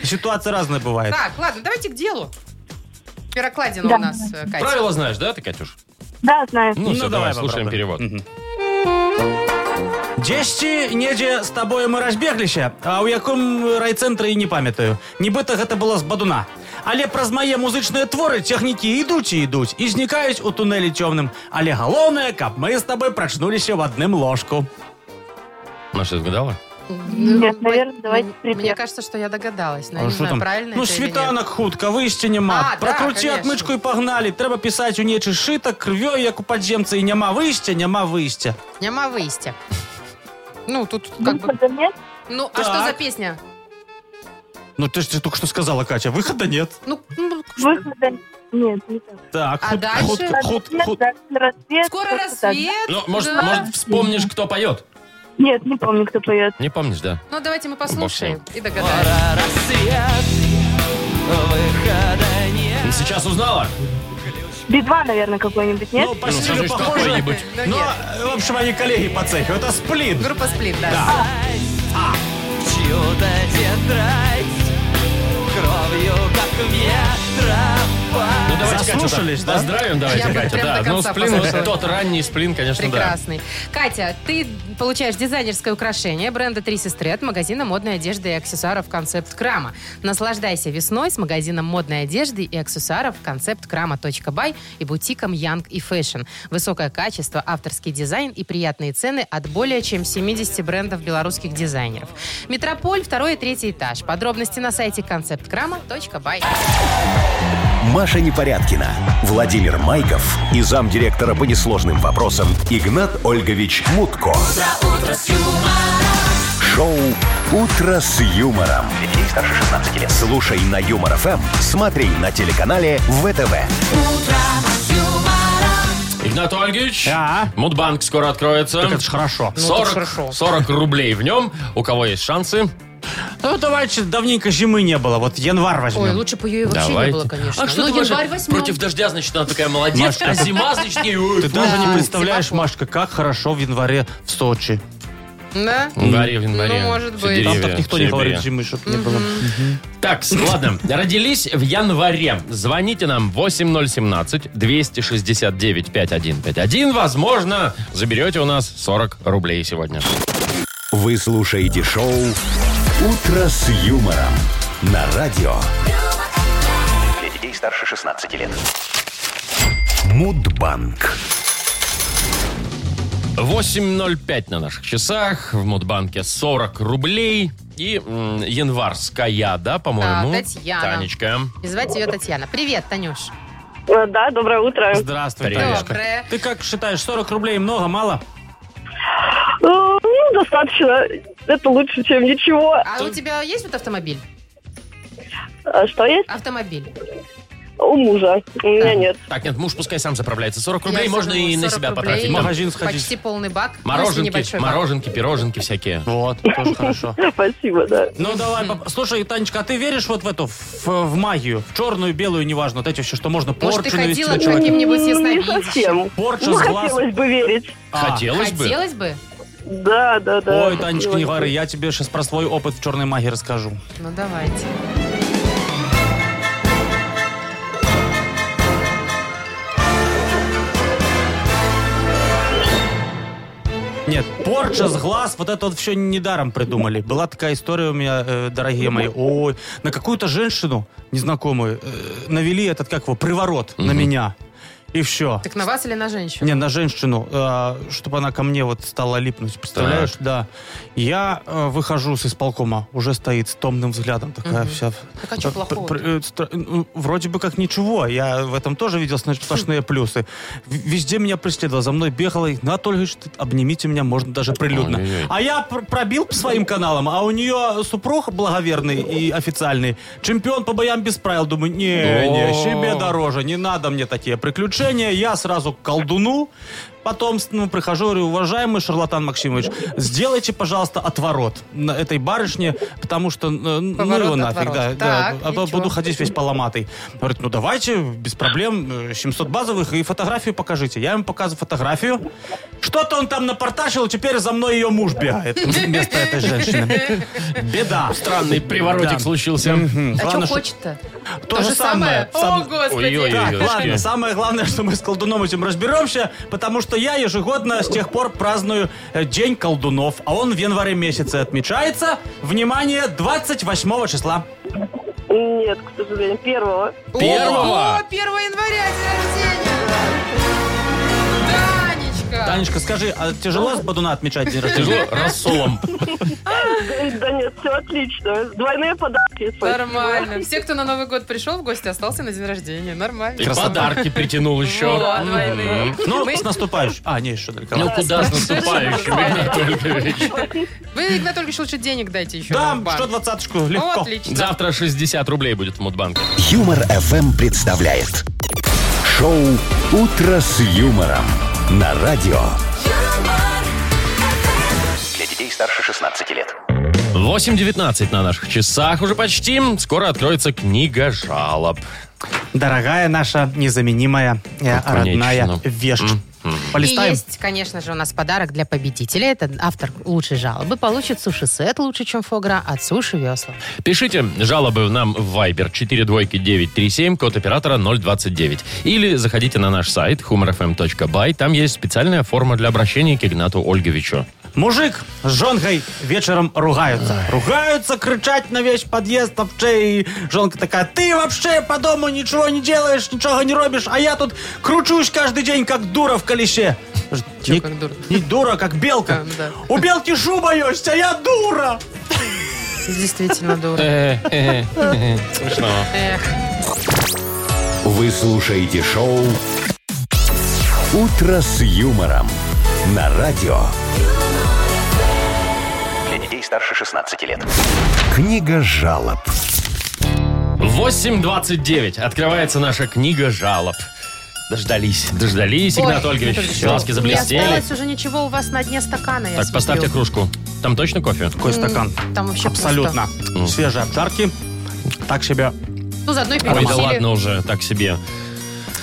S3: ситуация разная бывает.
S2: Так, ладно, давайте к делу. Пирокладина
S7: Да.
S2: у нас, э, Катя.
S1: Правила знаешь, да, ты, Катюш?
S7: Да, знаю.
S1: Ну, все, давай, слушаем
S3: попробуем.
S1: перевод.
S3: Дзесьці недзе з табою мы разбегліся, а ў якім райцэнтры і не памятаю. Нібыта гэта было з бадуна. Але праз мае музычныя творы технікі ідуць і ідуць і знікаюць у тунэлі цёмным. Але галоўнае, каб мы з тобой прачнуліся в адным ложку.
S1: Маша, сгадала?
S2: Ну,
S7: Нет,
S2: м-
S7: наверное, давайте
S2: м-
S7: припев.
S2: Мне кажется, что я догадалась, но я
S3: А
S2: не
S3: что
S2: знаю,
S3: там?
S2: правильно
S3: ну,
S2: это или нет.
S3: світанак хутка, выйсці няма.
S2: А, да,
S3: Пракруці
S2: конечно.
S3: адмычку і пагналі. Трэба пісаць у нечы шыта, крывёй, як у падземцы і няма выйсця, няма выйсця.
S2: Няма выйсти. Ну, тут как бы...
S7: Выхода нет?
S2: Ну, а
S3: Так.
S2: что за песня?
S3: Ну ты ж ты только что сказала, Катя, выхода нет.
S2: Ну, ну,
S7: Выхода нет. не так.
S3: Так,
S2: А
S3: худ-
S2: дальше?
S3: худ- худ-
S7: Нет,
S3: худ-
S7: да, рассвет.
S2: скоро
S7: как-то так.
S2: рассвет.
S1: Ну, может,
S2: да.
S1: может, вспомнишь, кто поет?
S7: Нет, не помню, кто поет.
S1: Не помнишь, да?
S2: Ну, давайте мы послушаем и догадаемся.
S8: Пора рассвет, выхода нет.
S1: Сейчас узнала?
S7: би наверное, какой-нибудь, нет?
S3: Ну, по стилю
S1: скажи, что
S3: похоже.
S1: какой-нибудь.
S2: Ну,
S3: Но,
S2: нет.
S3: э, в общем, они коллеги по цеху. Это сплит.
S2: Группа Сплит, да.
S8: В чью-то тетрадь, кровью, как ветра.
S1: Ну, давайте Катю
S3: Заслушались,
S1: так
S3: да?
S1: поздравим, давайте,
S2: Я бы
S1: Катя.
S2: прям
S1: Да,
S2: до
S1: ну,
S2: конца
S1: сплин, вот
S2: послушала.
S1: тот ранний сплин, конечно,
S2: Прекрасный. Катя, ты получаешь дизайнерское украшение бренда «Три сестры» от магазина модной одежды и аксессуаров «Концепт Крама». Наслаждайся весной с магазином модной одежды и аксессуаров «Концепт Крама.бай» и бутиком «Янг и Фэшн». Высокое качество, авторский дизайн и приятные цены от более чем 70 брендов белорусских дизайнеров. Метрополь, второй и третий этаж. Подробности на сайте концепткрама.бай.
S4: Маша Непорядкина, Владимир Майков и замдиректора по несложным вопросам Игнат Ольгович Мутко. Шоу Утро с юмором.
S5: Для детей старше 16 лет.
S4: Слушай на Юмор ФМ, смотри на телеканале ВТВ.
S1: да. Игнат Ольгович,
S3: Да.
S1: Мудбанк скоро откроется.
S3: А? Так это ж хорошо.
S1: 40,
S2: хорошо.
S1: 40 рублей в нем. У кого есть шансы?
S3: Ну, давайте, давненько зимы не было. Вот январь возьмем.
S2: Ой, лучше бы ее вообще не было, конечно.
S1: А что
S2: Ну,
S1: ты, Маша,
S2: январь возьмем.
S1: против дождя, значит, она такая молодец,
S3: Машка.
S1: а зима, значит, ей... ой,
S3: Ты
S1: фу.
S3: даже не
S2: Да,
S3: представляешь,
S2: Симаков.
S3: Машка, как хорошо в январе в Сочи.
S2: Да?
S1: В январе, в январе.
S2: Ну, может
S1: Все
S2: быть.
S1: деревья,
S3: Там так никто не
S1: все
S3: говорит
S1: деревья.
S3: зимы, чтоб не было.
S1: Так, ладно. Родились в январе. Звоните нам 8017-269-5151. Возможно, заберете у нас 40 рублей сегодня.
S4: Вы слушаете шоу Утро с юмором на радио
S5: Для детей старше 16 лет.
S4: Мудбанк.
S1: 8.05 на наших часах. В Мудбанке 40 рублей. И м, январская, да, по-моему?
S2: Да, Татьяна.
S1: ну, Танечка.
S2: И звать ее Татьяна. Привет, Танюш.
S6: Э, Да, доброе утро.
S3: Здравствуй,
S1: Привет.
S3: Танечка.
S2: Доброе.
S3: Ты как считаешь, 40 рублей много, мало?
S6: Э, Ну, достаточно. Это лучше, чем ничего.
S2: А у тебя есть вот автомобиль?
S6: А Что есть?
S2: Автомобиль.
S6: У мужа. У меня
S2: Ага.
S6: нет.
S1: Так, нет, муж пускай сам заправляется. 40
S2: Я
S1: рублей можно
S2: думала,
S1: и на
S2: 40
S1: себя
S2: рублей.
S1: потратить.
S3: В
S1: Там
S3: магазин сходить.
S2: Почти полный бак. Ну, если
S1: Мороженки,
S2: небольшой бак.
S1: мороженки, пироженки всякие.
S3: Вот, тоже хорошо.
S6: Спасибо, да.
S3: Ну давай, поп- слушай, Танечка, а ты веришь вот в эту, в, в магию? В черную, белую, неважно, вот эти все, что можно
S2: Может, ты
S3: порчу навести
S2: ходила
S3: на
S2: к
S3: человека?
S2: каким-нибудь
S6: М, Не
S2: ясновидящим?
S6: совсем.
S3: Порча
S6: Ну,
S3: с глаз.
S6: хотелось бы верить.
S3: А,
S1: Хотелось бы.
S2: Хотелось бы?
S6: Да, да, да.
S3: Ой, Танечка, не
S6: Спасибо.
S3: говори, я тебе сейчас про свой опыт в черной магии расскажу.
S2: Ну, давайте.
S3: Нет, порча с глаз, вот это вот все недаром придумали. Была такая история у меня, э, дорогие мои. Ой, на какую-то женщину незнакомую э, навели этот, как его, приворот на меня. И все.
S2: Так на вас или на женщину?
S3: Не, на женщину, чтобы она ко мне вот стала липнуть, представляешь? Да. Я э, выхожу с исполкома, уже стоит с томным взглядом такая вся.
S2: Так а чё
S3: Пр-
S2: плохого-то?
S3: пр- э, стра- ну, Вроде бы как ничего, я в этом тоже видел значит, сплошные плюсы. В- Везде меня преследовала, за мной бегала, Игнат Ольгович, ты обнимите меня, можно даже прилюдно.
S1: Ой-ой-ой.
S3: А я пр- пробил по своим каналам, а у нее супруг благоверный и официальный, чемпион по боям без правил, думаю, не, Э, не, себе
S1: О.
S3: дороже дороже, не надо мне такие приключения. Я сразу к колдуну, потом ну, прихожу, говорю, уважаемый шарлатан Максимович, сделайте, пожалуйста, отворот на этой барышне, потому что, э, ну
S2: Поворот,
S3: его нафиг, да,
S2: отворот.
S3: да,
S2: Так,
S3: а то
S2: и чё?
S3: буду ходить весь поломатый. Говорит, ну давайте, без проблем, э, 700 базовых и фотографию покажите. Я ему показываю фотографию. Что-то он там напортачил, теперь за мной ее муж бегает вместо этой женщины. Беда.
S1: Странный приворотик
S3: Да.
S1: случился.
S3: Мгм.
S2: А что
S3: Главное,
S2: хочет-то?
S3: То же самое.
S2: О,
S3: Сам-
S2: господи.
S1: Ой-ой-ой.
S3: Так,
S1: Девочки.
S3: ладно, самое главное, что мы с колдуном этим разберемся, потому что я ежегодно с тех пор праздную э, День колдунов, а он в январе месяце отмечается, внимание, 28 числа.
S6: Нет, к сожалению, первого.
S1: Первого.
S2: О, 1 января день рождения. Танечка.
S3: Танечка, скажи, а тяжело с Бадуна отмечать день рождения?
S1: Тяжело рассолом.
S6: Да нет, все отлично. Двойные подарки. спасибо.
S2: Нормально. Все, кто на Новый год пришел в гости, остался на день рождения. Нормально.
S1: И подарки притянул еще.
S2: Во, двойные.
S1: Мгм.
S3: Ну,
S2: Мы-
S3: с наступающим. А, не, еще далеко.
S1: Ну куда с наступающим, Игнат Ольгович?
S2: Вы, Игнат Ольгович, лучше денег дайте еще.
S3: Да,
S2: нам в банк.
S3: что двадцаточку,
S2: О,
S3: легко.
S2: Отлично.
S1: Завтра 60 рублей будет в Мудбанке.
S4: Юмор FM представляет шоу Утро с юмором на радио.
S5: Для детей старше 16 лет.
S1: 8.19 на наших часах уже почти. Скоро откроется книга жалоб.
S3: Дорогая наша незаменимая э, родная
S1: Конечно.
S3: вещь.
S2: И
S3: Полистаем?
S2: есть, конечно же, у нас подарок для победителя. Это автор лучшей жалобы. Получит суши-сет лучше, чем фогра от суши весла.
S1: Пишите жалобы нам в Viber 42937, код оператора 029. Или заходите на наш сайт humorfm.by. Там есть специальная форма для обращения к Игнату Ольговичу.
S3: Мужик с женкой вечером ругаются. Ругаются, кричать на весь подъезд вообще. И женка такая, ты вообще по дому ничего не делаешь, ничего не робишь, а я тут кручусь каждый день, как дура в колесе.
S2: Чё, как дура?
S3: Не дура, как белка.
S2: А, да.
S3: У белки шуба есть, а я дура.
S2: Действительно дура.
S1: Э, Смешно.
S2: Эх.
S4: Вы слушаете шоу Утро с юмором на радио.
S5: Для детей старше 16 лет.
S4: Книга жалоб.
S1: 8.29. Открывается наша книга жалоб. Дождались. Дождались, Игнат
S2: Ой,
S1: Ольгович.
S2: Игнат Ольгович,
S1: Глазки
S2: Не
S1: заблестели.
S2: осталось уже ничего у вас на дне стакана, я
S1: Так, поставьте
S2: смотрю.
S1: кружку. Там точно кофе?
S3: Такой стакан.
S2: Там вообще
S3: Абсолютно. Свежие обжарки. Так себя.
S2: пусто. Ну, заодно и
S1: Ой, А да
S2: перекусили.
S1: ладно уже, так себе.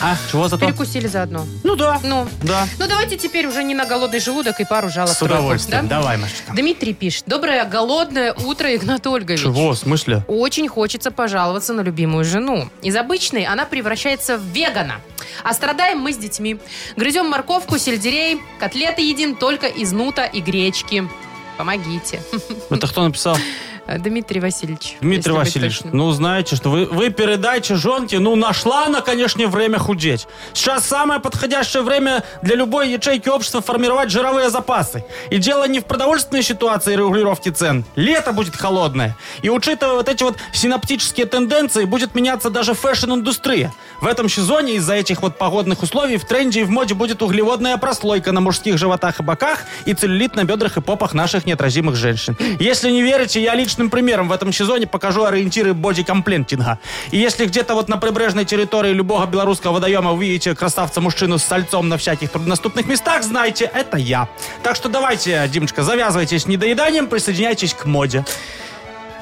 S3: А, чего зато?
S2: Перекусили заодно.
S3: Ну да.
S2: Ну,
S3: Да.
S2: ну давайте теперь уже не на голодный желудок и пару жалоб.
S3: С удовольствием.
S2: тройку, да?
S3: Давай, Машечка.
S2: Дмитрий пишет. Доброе голодное утро, Игнат Ольгович.
S3: Чего, в смысле?
S2: Очень хочется пожаловаться на любимую жену. Из обычной она превращается в вегана. А страдаем мы с детьми. Грызем морковку, сельдерей, котлеты едим только из нута и гречки. Помогите.
S3: Это кто написал?
S2: Дмитрий Васильевич. если
S3: Дмитрий
S2: быть
S3: Васильевич,
S2: точным.
S3: ну знаете, что вы, вы передайте женке, ну нашла она, конечно, время худеть. Сейчас самое подходящее время для любой ячейки общества формировать жировые запасы. И дело не в продовольственной ситуации и регулировке цен. Лето будет холодное. И учитывая вот эти вот синаптические тенденции, будет меняться даже фэшн-индустрия. В этом сезоне из-за этих вот погодных условий в тренде и в моде будет углеводная прослойка на мужских животах и боках и целлюлит на бедрах и попах наших неотразимых женщин. Если не верите, я личным примером в этом сезоне покажу ориентиры бодикомплентинга. И если где-то вот на прибрежной территории любого белорусского водоема увидите красавца-мужчину с сальцом на всяких трудноступных местах, знайте, это я. Так что давайте, Димочка, завязывайтесь с недоеданием, присоединяйтесь к моде.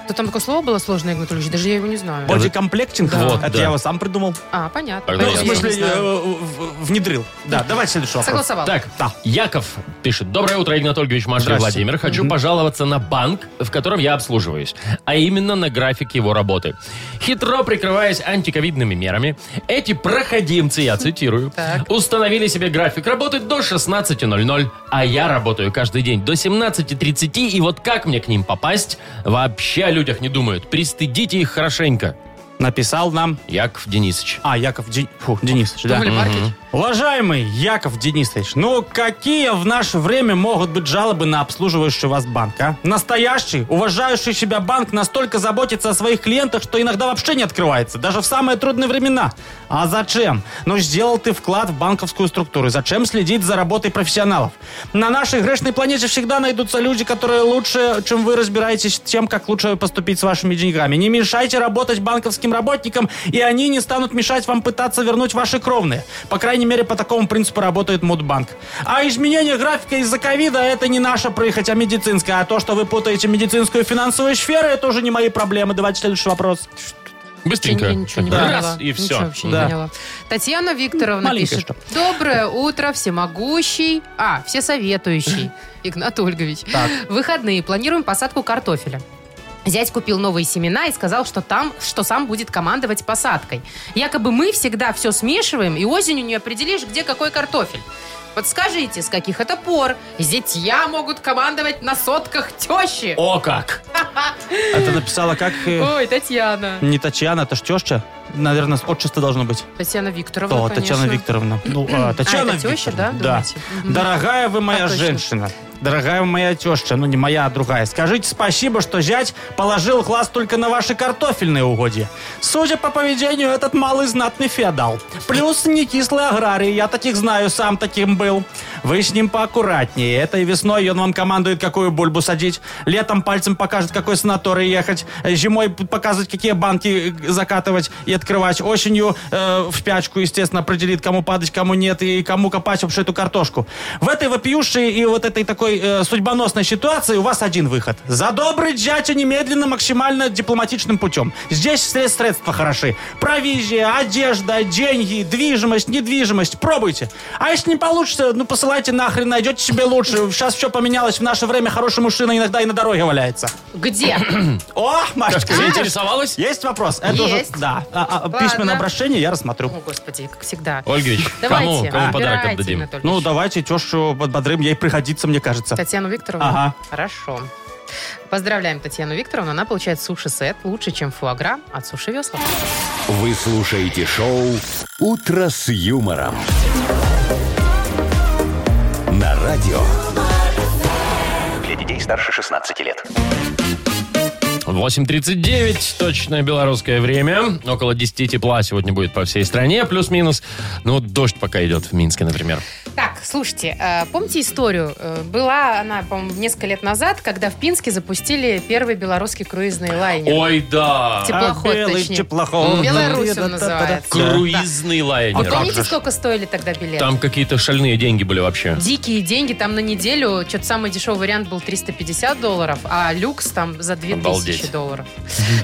S2: Да там такое слово было сложное, Игнат Ольевич, даже я его не знаю.
S3: Бодикомплектинг?
S1: Да. Э, Вот,
S3: Это
S1: да.
S3: я его сам придумал.
S2: А, понятно.
S1: Тогда
S3: Ну,
S2: Ну,
S1: я
S3: в
S2: я
S3: смысле,
S2: не знаю.
S3: э, в- в- внедрил. Да, давай следующий вопрос.
S2: Согласовал.
S1: Так,
S3: Да.
S1: Яков пишет. Доброе утро, Игнат Ольгович, Маша и
S3: Здрасте.
S1: Владимир. Хочу пожаловаться на банк, в котором я обслуживаюсь, а именно на график его работы. Хитро прикрываясь антиковидными мерами, эти проходимцы, я цитирую,
S2: Так.
S1: установили себе график работы до 16.00, а я работаю каждый день до 17.30, и вот как мне к ним попасть? Вообще о людях не думают. Пристыдите их хорошенько.
S3: Написал нам...
S1: Яков Денисович.
S3: А, Яков Ден- Фу, Денисович, да.
S2: Думали, Маркич?
S3: Уважаемый Яков Денисович, ну какие в наше время могут быть жалобы на обслуживающий вас банк, а? Настоящий, уважающий себя банк настолько заботится о своих клиентах, что иногда вообще не открывается, даже в самые трудные времена. А зачем? Ну сделал ты вклад в банковскую структуру, и зачем следить за работой профессионалов? На нашей грешной планете всегда найдутся люди, которые лучше, чем вы, разбираетесь с тем, как лучше поступить с вашими деньгами. Не мешайте работать банковским работникам, и они не станут мешать вам пытаться вернуть ваши кровные. По крайней мере, по такому принципу работает Мудбанк. А изменение графика из-за ковида это не наша прихоть, а медицинская. А то, что вы путаете медицинскую и финансовую сферы, это уже не мои проблемы. Давайте следующий вопрос.
S1: Быстренько.
S2: Я ничего не
S1: Раз,
S2: поняла.
S1: и все.
S2: Ничего вообще не
S3: Да.
S2: поняла. Татьяна Викторовна
S3: Маленькое
S2: пишет. Доброе утро, всемогущий, а, всесоветующий Игнат Ольгович. В Выходные планируем посадку картофеля. Зять купил новые семена и сказал, что там, что сам будет командовать посадкой. Якобы мы всегда все смешиваем, и осенью не определишь, где какой картофель. Подскажите, с каких это пор зятья могут командовать на сотках тещи?
S1: О как!
S3: А ты написала как... э,
S2: Ой, Татьяна.
S3: Не Татьяна, это ж теща? Наверное, отчество должно быть.
S2: Татьяна Викторовна,
S3: Да,
S2: конечно.
S3: Татьяна Викторовна. Ну, а, Татьяна
S2: А, это теща, да,
S3: Викторовна,
S2: думаете? Мгм.
S3: Дорогая вы моя
S2: А, точно.
S3: женщина. Дорогая моя теща, ну не моя, а другая. Скажите спасибо, что зять положил глаз только на ваши картофельные угодья. Судя по поведению, этот малый знатный феодал. Плюс не кислый аграрий, я таких знаю, сам таким был. Вы с ним поаккуратнее. Этой весной он вам командует, какую бульбу садить. Летом пальцем покажет, какой санаторий ехать. Э, Зимой показывает, какие банки э, закатывать и открывать. Осенью э, в пячку, естественно, определит, кому падать, кому нет, и кому копать вообще эту картошку. В этой вопиющей и вот этой такой э, судьбоносной ситуации у вас один выход. За добрый дядя немедленно, максимально дипломатичным путем. Здесь все средства хороши. Провизия, одежда, деньги, движимость, недвижимость. Пробуйте. А если не получится, ну посылайте нахрен, найдете себе лучше. Сейчас все поменялось. В наше время хороший мужчина иногда и на дороге валяется.
S2: Где?
S3: О, Машечка, видишь?
S1: Заинтересовалась?
S3: Есть вопрос? Это уже-
S2: Есть.
S3: да. А, а, письменное обращение я рассмотрю.
S2: О, господи, как всегда.
S1: Ольгович, кому,
S2: Давайте,
S1: кому подарок
S2: выбирайте,
S1: отдадим?
S2: Анатолий
S3: Ну,
S2: Ильич.
S3: давайте тещу подбодрим, ей пригодится, мне кажется.
S2: Татьяну Викторовну?
S3: Ага.
S2: Хорошо. Поздравляем Татьяну Викторовну. Она получает суши-сет лучше, чем фуагра от Суши Весла.
S4: Вы слушаете шоу «Утро с юмором». На радио
S5: Для детей старше 16 лет.
S1: 8.39, точное белорусское время. Около 10 тепла сегодня будет по всей стране, плюс-минус. Ну, вот дождь пока идет в Минске, например.
S2: Так, слушайте, э, помните историю? Э, Была она, по-моему, несколько лет назад, когда в Пинске запустили первый белорусский круизный лайнер.
S1: Ой, да!
S2: Типа- Теплоход,
S3: белый
S2: точнее.
S3: теплоход.
S2: Беларусь он
S3: Да-да-да-да.
S2: называется.
S1: Круизный
S2: Вы
S1: лайнер. А
S2: помните, сколько стоили тогда билеты?
S1: Там какие-то шальные деньги были вообще.
S2: Дикие деньги, там на неделю, что-то самый дешевый вариант был 350 долларов, а люкс там за 2000
S1: Обалдеть.
S2: долларов.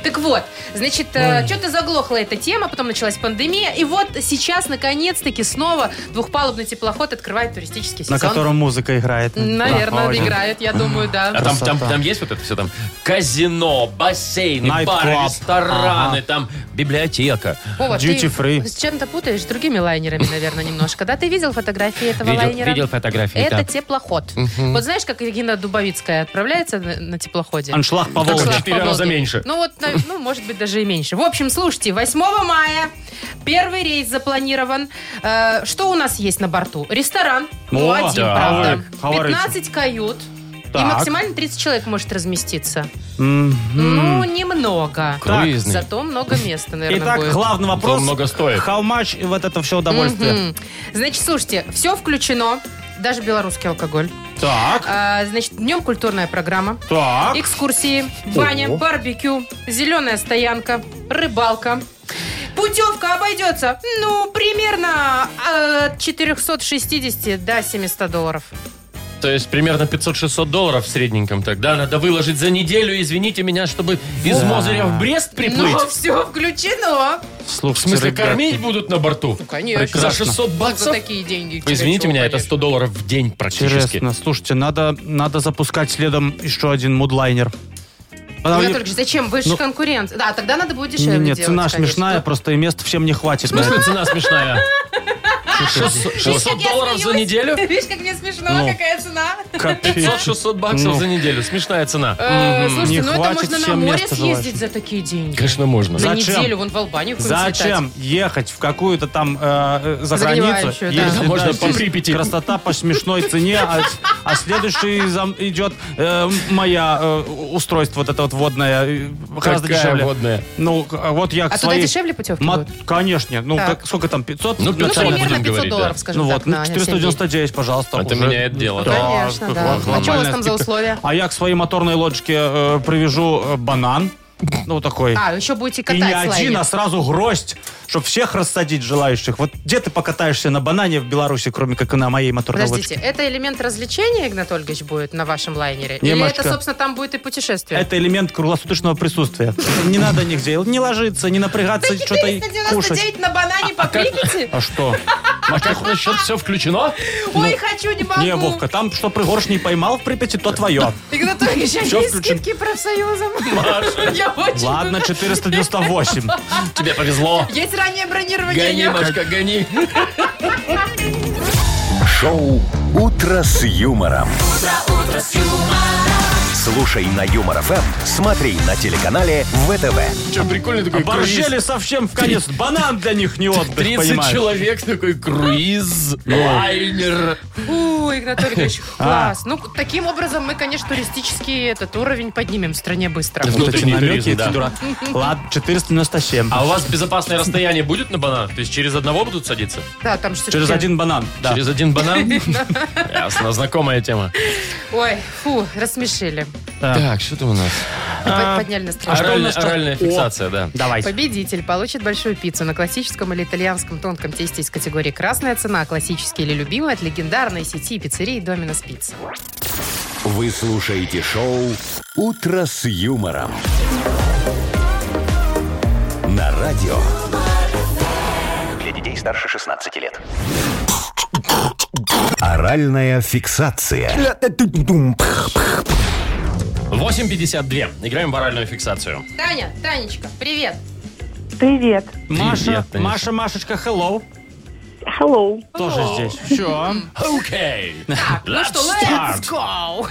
S2: Так вот, значит, что-то заглохла эта тема, потом началась пандемия, и вот сейчас, наконец-таки, снова двухпалубный теплоход открывает туристический сезон.
S3: На котором музыка играет.
S2: Наверное,
S3: Ой.
S2: играют, я думаю,
S1: А
S2: да.
S1: там,
S3: Красота.
S1: там, там есть вот это все там казино, бассейн,
S3: Nightclub.
S1: бары, рестораны,
S3: Ага.
S1: там библиотека.
S2: Вова, ты
S3: Duty free.
S2: С чем-то путаешь, с другими лайнерами, наверное, немножко. Да, ты видел фотографии этого
S1: Видел,
S2: лайнера?
S1: видел фотографии,
S2: Это
S1: да.
S2: теплоход. Вот знаешь, как Регина Дубовицкая отправляется на, на теплоходе?
S3: Аншлаг по
S1: Как
S3: Волге.
S1: шла. четыре
S2: по
S1: раза
S2: Волге.
S1: меньше.
S2: Ну, вот, на- ну, может быть, даже и меньше. В общем, слушайте, 8 мая первый рейс запланирован. Э, что у нас есть на борту? Ресторан. Ну,
S3: О,
S2: один,
S1: так,
S2: правда.
S3: говорите.
S2: 15 кают. И
S3: Так.
S2: максимально 30 человек может разместиться.
S3: М.
S2: Ну, немного.
S1: Круизный.
S2: Зато много места, наверное,
S3: Итак,
S2: будет.
S3: главный вопрос.
S1: много стоит.
S3: How much вот это все удовольствие?
S2: Мгм. Значит, слушайте, все включено. Даже белорусский алкоголь.
S3: Так,
S2: А, значит, днем культурная программа.
S3: так.
S2: Экскурсии, баня,
S3: Ого.
S2: барбекю, зеленая стоянка, рыбалка. Путевка обойдется, а, ну, примерно от 460 до 700 долларов.
S1: то есть примерно 500-600 долларов в средненьком тогда надо выложить за неделю, извините меня, чтобы из Мозыря в Брест приплыть.
S2: Ну, все включено.
S1: в смысле, кормить будут на борту?
S2: Ну, Конечно.
S1: За 600
S2: За
S1: баксов?
S2: такие деньги.
S1: Вы извините
S2: чего,
S1: меня, это
S2: конечно.
S1: 100 долларов в день практически.
S3: Интересно. Слушайте, надо, надо запускать следом еще один мудлайнер. Потому-
S2: Ну, Анатольевич, зачем? Вы же
S3: Ну-
S2: конкурент. Да, тогда надо будет дешевле
S3: Не, не,
S2: делать,
S3: цена
S2: конечно.
S3: смешная, просто и места всем не хватит.
S1: В смысле, цена смешная? 600 600
S2: Я
S1: долларов за
S2: смеюсь.
S1: неделю?
S2: Видишь, как мне смешно,
S3: Ну.
S2: какая цена.
S1: 500-600 баксов
S3: Ну.
S1: за неделю. Смешная цена.
S2: Э,
S3: Не
S2: Слушайте, ну это
S3: хватит
S2: можно на
S3: всем
S2: море
S3: места
S2: съездить
S3: желающим.
S2: за такие деньги.
S1: Конечно, можно.
S2: За
S3: Зачем?
S2: неделю вон в Албанию какую-нибудь
S3: Зачем ехать в какую-то там э, за границу,
S2: Загнивающую, да.
S3: если
S1: Можно по
S3: здесь
S1: Припяти.
S3: красота по смешной цене, а, а следующий зам- идет э, моя э, устройство, вот это вот водное, э, гораздо
S1: Какая
S3: дешевле.
S1: водная?
S3: Ну, а вот я
S2: А
S3: к
S2: туда
S3: своей...
S2: дешевле путевки
S3: Мат-
S2: будут?
S3: Конечно, ну
S2: Так.
S3: как- сколько там, 500?
S1: Ну,
S2: Ну,
S1: 500
S3: 500.
S1: будем
S2: примерно 500
S1: говорить, да.
S2: долларов, скажем
S3: Ну
S2: так,
S3: вот,
S2: на
S3: ну,
S2: семь
S3: 499, пожалуйста. Ну,
S1: Это
S3: уже.
S1: меняет дело,
S2: дней.
S1: да.
S2: Конечно, да. А что у вас там за условия?
S3: А я к своей моторной лодочке э, привяжу э, банан. Ну, такой.
S2: А, еще будете
S3: И
S2: катать
S3: не
S2: с
S3: один,
S2: лайнер.
S3: а сразу гроздь, чтобы всех рассадить желающих. Вот где ты покатаешься на банане в Беларуси, кроме как на моей моторной
S2: Подождите,
S3: лодке?
S2: это элемент развлечения, Игнат Ольгович, будет на вашем лайнере?
S3: Не,
S2: Или
S3: Машка.
S2: это, собственно, там будет и путешествие?
S3: Это элемент круглосуточного присутствия. Не надо нигде не ложиться, не напрягаться, что-то и кушать.
S2: 499 на банане покрикните?
S3: А что?
S1: А как насчет все включено?
S2: Ой, хочу, не могу.
S3: Ну, Не, Вовка, там что пригорш не поймал в Припяти, то твое.
S2: Игнат Ольгович, а
S3: Всё
S2: есть
S3: включено.
S2: скидки профсоюзам? Я очень...
S3: Ладно, 498.
S1: Тебе повезло.
S2: Есть раннее бронирование.
S1: Гони,
S2: я
S1: Машка, гони.
S4: Шоу «Утро с юмором». Слушай на Юмор ФМ, смотри на телеканале ВТВ.
S1: Че, прикольный такой
S3: Боржели
S1: круиз.
S3: совсем в конец. Банан для них не отдых,
S1: 30
S3: понимаешь?
S1: человек, такой круиз, лайнер.
S2: Фу, Игнат Ольгович,
S3: А.
S2: класс. Ну, таким образом мы, конечно, туристический этот уровень поднимем в стране быстро.
S3: Вот эти
S1: Внутренний
S3: намеки,
S1: туризм, да.
S3: эти дура. Ладно, 497.
S1: А у вас безопасное расстояние будет на банан? То есть через одного будут садиться?
S2: Да, там же
S3: Через один банан, да.
S1: Через один банан? Ясно, знакомая тема.
S2: Ой, фу, рассмешили.
S1: Так, что там у нас?
S2: Под- Подняли настроение.
S1: Оральная
S3: А, что?
S1: оральная фиксация, да.
S3: Давайте.
S2: Победитель получит большую пиццу на классическом или итальянском тонком тесте из категории «Красная цена», «Классический» или «Любимый» от легендарной сети пиццерий «Доминос Пицца».
S4: Вы слушаете шоу «Утро с юмором». На радио
S5: Для детей старше 16 лет.
S4: «Оральная фиксация».
S1: 8.52. Играем в оральную фиксацию.
S2: Таня, Танечка, привет.
S7: Привет.
S3: Маша,
S1: Привет, Танюш.
S3: Маша, Машечка, hello.
S7: Hello.
S3: Тоже здесь. Все.
S1: Окей.
S2: Ну что,
S1: Let's
S2: let's go.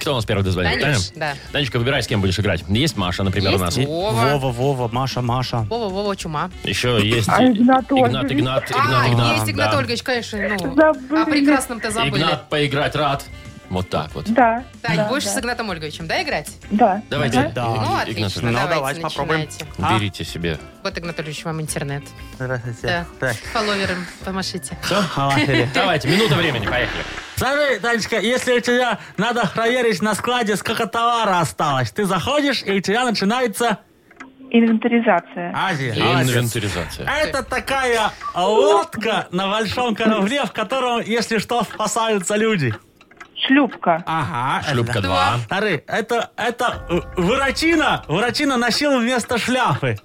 S1: Кто у нас первый дозвонил? Таня?
S2: Танюш, да.
S1: Танечка, выбирай, с кем будешь играть. Есть Маша, например, у
S2: Есть
S1: нас.
S2: Вова.
S3: Вова, Вова, Маша, Маша.
S2: Вова, Вова, чума.
S1: Еще есть
S7: А Игнат
S1: Игнат,
S7: Ольгович?
S1: Игнат,
S2: а,
S1: Игнат, Игнат.
S2: есть Игнат
S1: да.
S2: Ольгович, конечно. Ну,
S7: Забыли.
S2: О прекрасном-то забыли.
S1: Игнат, поиграть рад. Вот так вот.
S7: Да.
S2: Тань,
S7: да,
S2: будешь
S7: да,
S2: с Игнатом Ольговичем, да, играть?
S7: Да.
S1: Давайте.
S3: Да.
S1: Иг- А,
S2: ну,
S1: Игнат
S2: отлично,
S1: Ольгович,
S3: Ну,
S2: давайте,
S3: давайте, попробуем.
S2: начинайте.
S3: А?
S1: Берите себе.
S2: Вот, Игнат Ольгович, вам интернет.
S3: Здравствуйте.
S2: Да. Фолловером помашите.
S1: Давайте, минута времени, поехали.
S3: Смотри, Танечка, если у тебя надо проверить на складе, сколько товара осталось, ты заходишь, и у тебя начинается
S7: Инвентаризация.
S3: Азия.
S1: Инвентаризация.
S3: Это такая лодка на большом корабле, в котором, если что, спасаются люди.
S7: Шлюпка.
S3: Ага.
S1: Шлюпка 2.
S3: Тары, это, это э, Буратино. Буратино носил вместо шляпы.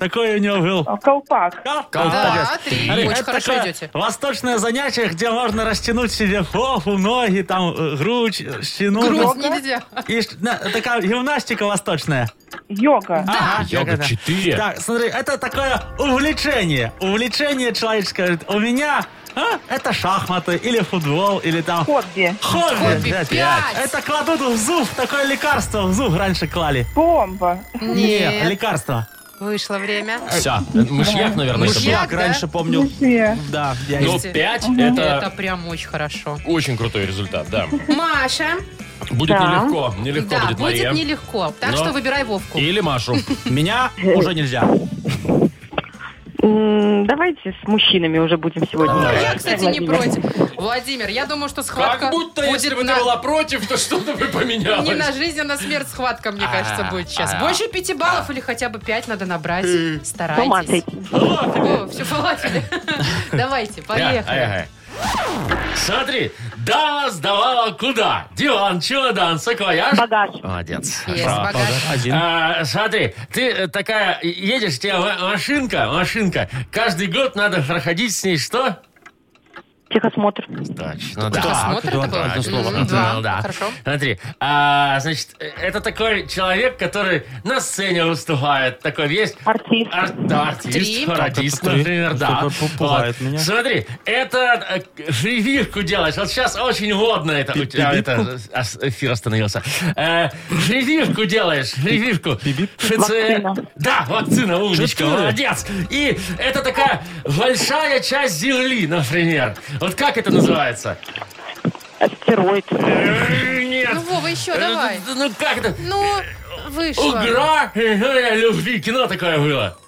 S3: Такой у него был.
S7: А, Колпак.
S2: Да,
S3: Колпак.
S2: три.
S3: Тары,
S2: Очень
S3: это
S2: хорошо
S3: такое
S2: идете.
S3: Восточное занятие, где можно растянуть себе попу, ноги, там, э, грудь, э, стяну.
S2: Грудь нельзя.
S3: И ш- на- такая гимнастика восточная.
S7: Йога.
S3: Да.
S1: Йога 4.
S3: Так, смотри, это такое увлечение. Увлечение человеческое. У меня а, это шахматы, или футбол, или там...
S7: Хобби.
S3: Хобби.
S2: Хобби
S3: Пять.
S2: пять.
S3: Это кладут в зуб, такое лекарство в зуб раньше клали.
S7: Бомба.
S3: Не,
S2: Нет,
S3: лекарство.
S2: вышло время.
S1: Все. Мышьяк, наверное, это
S2: Мышьяк.
S3: Мышьяк
S2: да?
S3: раньше помню.
S7: Э,
S3: Да, я
S1: был. Ну,
S3: есть.
S1: 5
S2: Это
S1: это
S2: прям очень хорошо.
S1: очень крутой результат, да.
S2: Маша.
S1: Будет
S7: Да.
S1: нелегко. Нелегко
S2: да,
S1: будет, Мария.
S2: нелегко. Так
S1: Но-
S2: что выбирай Вовку.
S1: Или Машу.
S3: Меня уже нельзя.
S9: М, Давайте с мужчинами уже будем сегодня.
S2: Я, кстати, не против. Владимир, я думаю, что схватка
S1: Как будто,
S2: будет
S1: если бы
S2: на-
S1: ты была против, то что-то бы
S2: Не на
S1: поменялось.
S2: жизнь, а на смерть схватка, мне кажется,
S1: А,
S2: будет сейчас. Больше пяти баллов или хотя бы пять надо набрать. Старайтесь.
S9: Томаты.
S2: О, все, фалафели. Давайте,
S1: Ага,
S2: поехали.
S1: ага. Смотри, да, сдавала куда? Диван, чемодан, саквояж.
S9: Багаж.
S1: Молодец.
S2: Есть
S1: Браво.
S2: багаж.
S3: Один.
S1: А, смотри, ты э, такая, едешь, у тебя ма- машинка, машинка. Каждый год надо проходить с ней что?
S9: Техосмотр.
S1: Точно,
S2: Кто
S1: да.
S2: смотрит,
S3: да,
S2: такой,
S3: одно слово.
S2: «М, два,
S1: Ну, да.
S2: Хорошо.
S1: Смотри, а, значит, э, это такой человек, который на сцене выступает. Такой весь...
S9: Артист.
S1: Ар- да, артист,
S2: Три.
S1: артист,
S3: Три.
S1: например, да.
S3: Что-то пугает
S1: Вот.
S3: меня.
S1: Смотри, это э, шривирку делать. Вот сейчас очень модно это. У тебя это, а, с- эфир остановился. Э, шривирку делаешь, шривирку. ШЦ...
S9: Вакцина.
S1: Да, вакцина, умничка,
S3: Шицерия.
S1: молодец. И это такая большая часть земли, например. Вот как это называется?
S9: Астероид.
S1: Э, Нет.
S2: Ну, Вова, еще
S1: Э,
S2: давай.
S1: Ну, ну, как это?
S2: Ну, вышло.
S1: Угра, э, любви, кино такое было.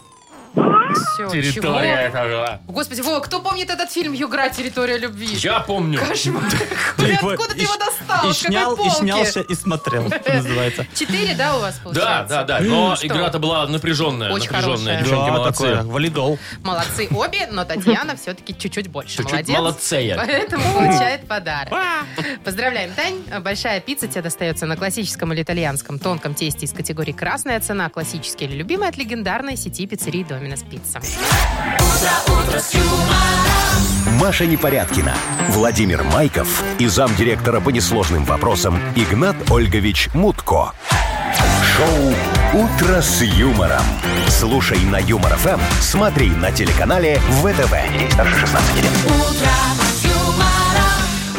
S2: Всё,
S1: Территория
S2: чего?
S1: это была.
S2: Господи, Вова, кто помнит этот фильм «Югра. Территория любви»?
S1: Я помню.
S2: Кошмар.
S3: Да,
S2: Блин,
S3: его-
S2: откуда ты
S3: и
S2: его
S3: щ-
S2: достал?
S3: И
S2: С какой
S3: снял, и
S2: полки?
S3: снялся, и смотрел, что называется.
S2: Четыре, да, у вас
S1: Да,
S2: получается?
S1: да, да. Но
S2: Что?
S1: игра-то была напряженная,
S2: Очень
S1: напряженная.
S2: хорошая.
S1: Девчонки,
S3: Да,
S1: молодцы.
S3: такое, валидол.
S2: Молодцы обе, но Татьяна все-таки чуть-чуть больше.
S1: Чуть-чуть
S2: Молодец.
S1: молодцея.
S2: Поэтому получает подарок. Поздравляем, Тань. Большая пицца тебе достается на классическом или итальянском тонком тесте из категории «Красная цена», «Классический» или «Любимая» от легендарной сети пиццерий «Доминос Пицца».
S4: Маша Непорядкина, Владимир Майков и замдиректора по несложным вопросам Игнат Ольгович Мутко. Шоу «Утро с юмором». Слушай на Юмор ФМ, смотри на телеканале ВТВ. Здесь старше 16 лет.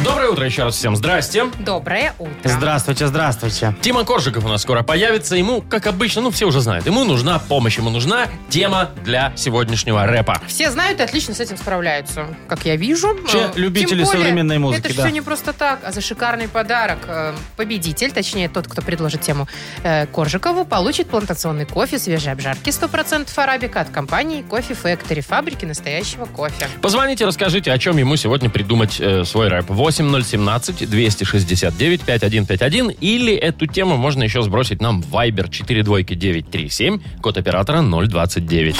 S1: Доброе утро еще раз всем. Здрасте.
S2: Доброе утро.
S3: Здравствуйте, здравствуйте.
S1: Тима Коржиков у нас скоро появится. Ему, как обычно, ну все уже знают, ему нужна помощь, ему нужна тема для сегодняшнего рэпа.
S2: Все знают и отлично с этим справляются, как я вижу.
S3: Че,
S2: Э,
S3: любители
S2: тем более,
S3: современной музыки,
S2: Это
S3: да.
S2: все не просто так, а за шикарный подарок. Э, Победитель, точнее тот, кто предложит тему э, Коржикову, получит плантационный кофе свежей обжарки 100% арабика от компании Кофе Factory, фабрики настоящего кофе.
S1: Позвоните, расскажите, о чем ему сегодня придумать э, свой рэп. 8017-269-5151. Или эту тему можно еще сбросить нам в Viber 42937, код оператора 029.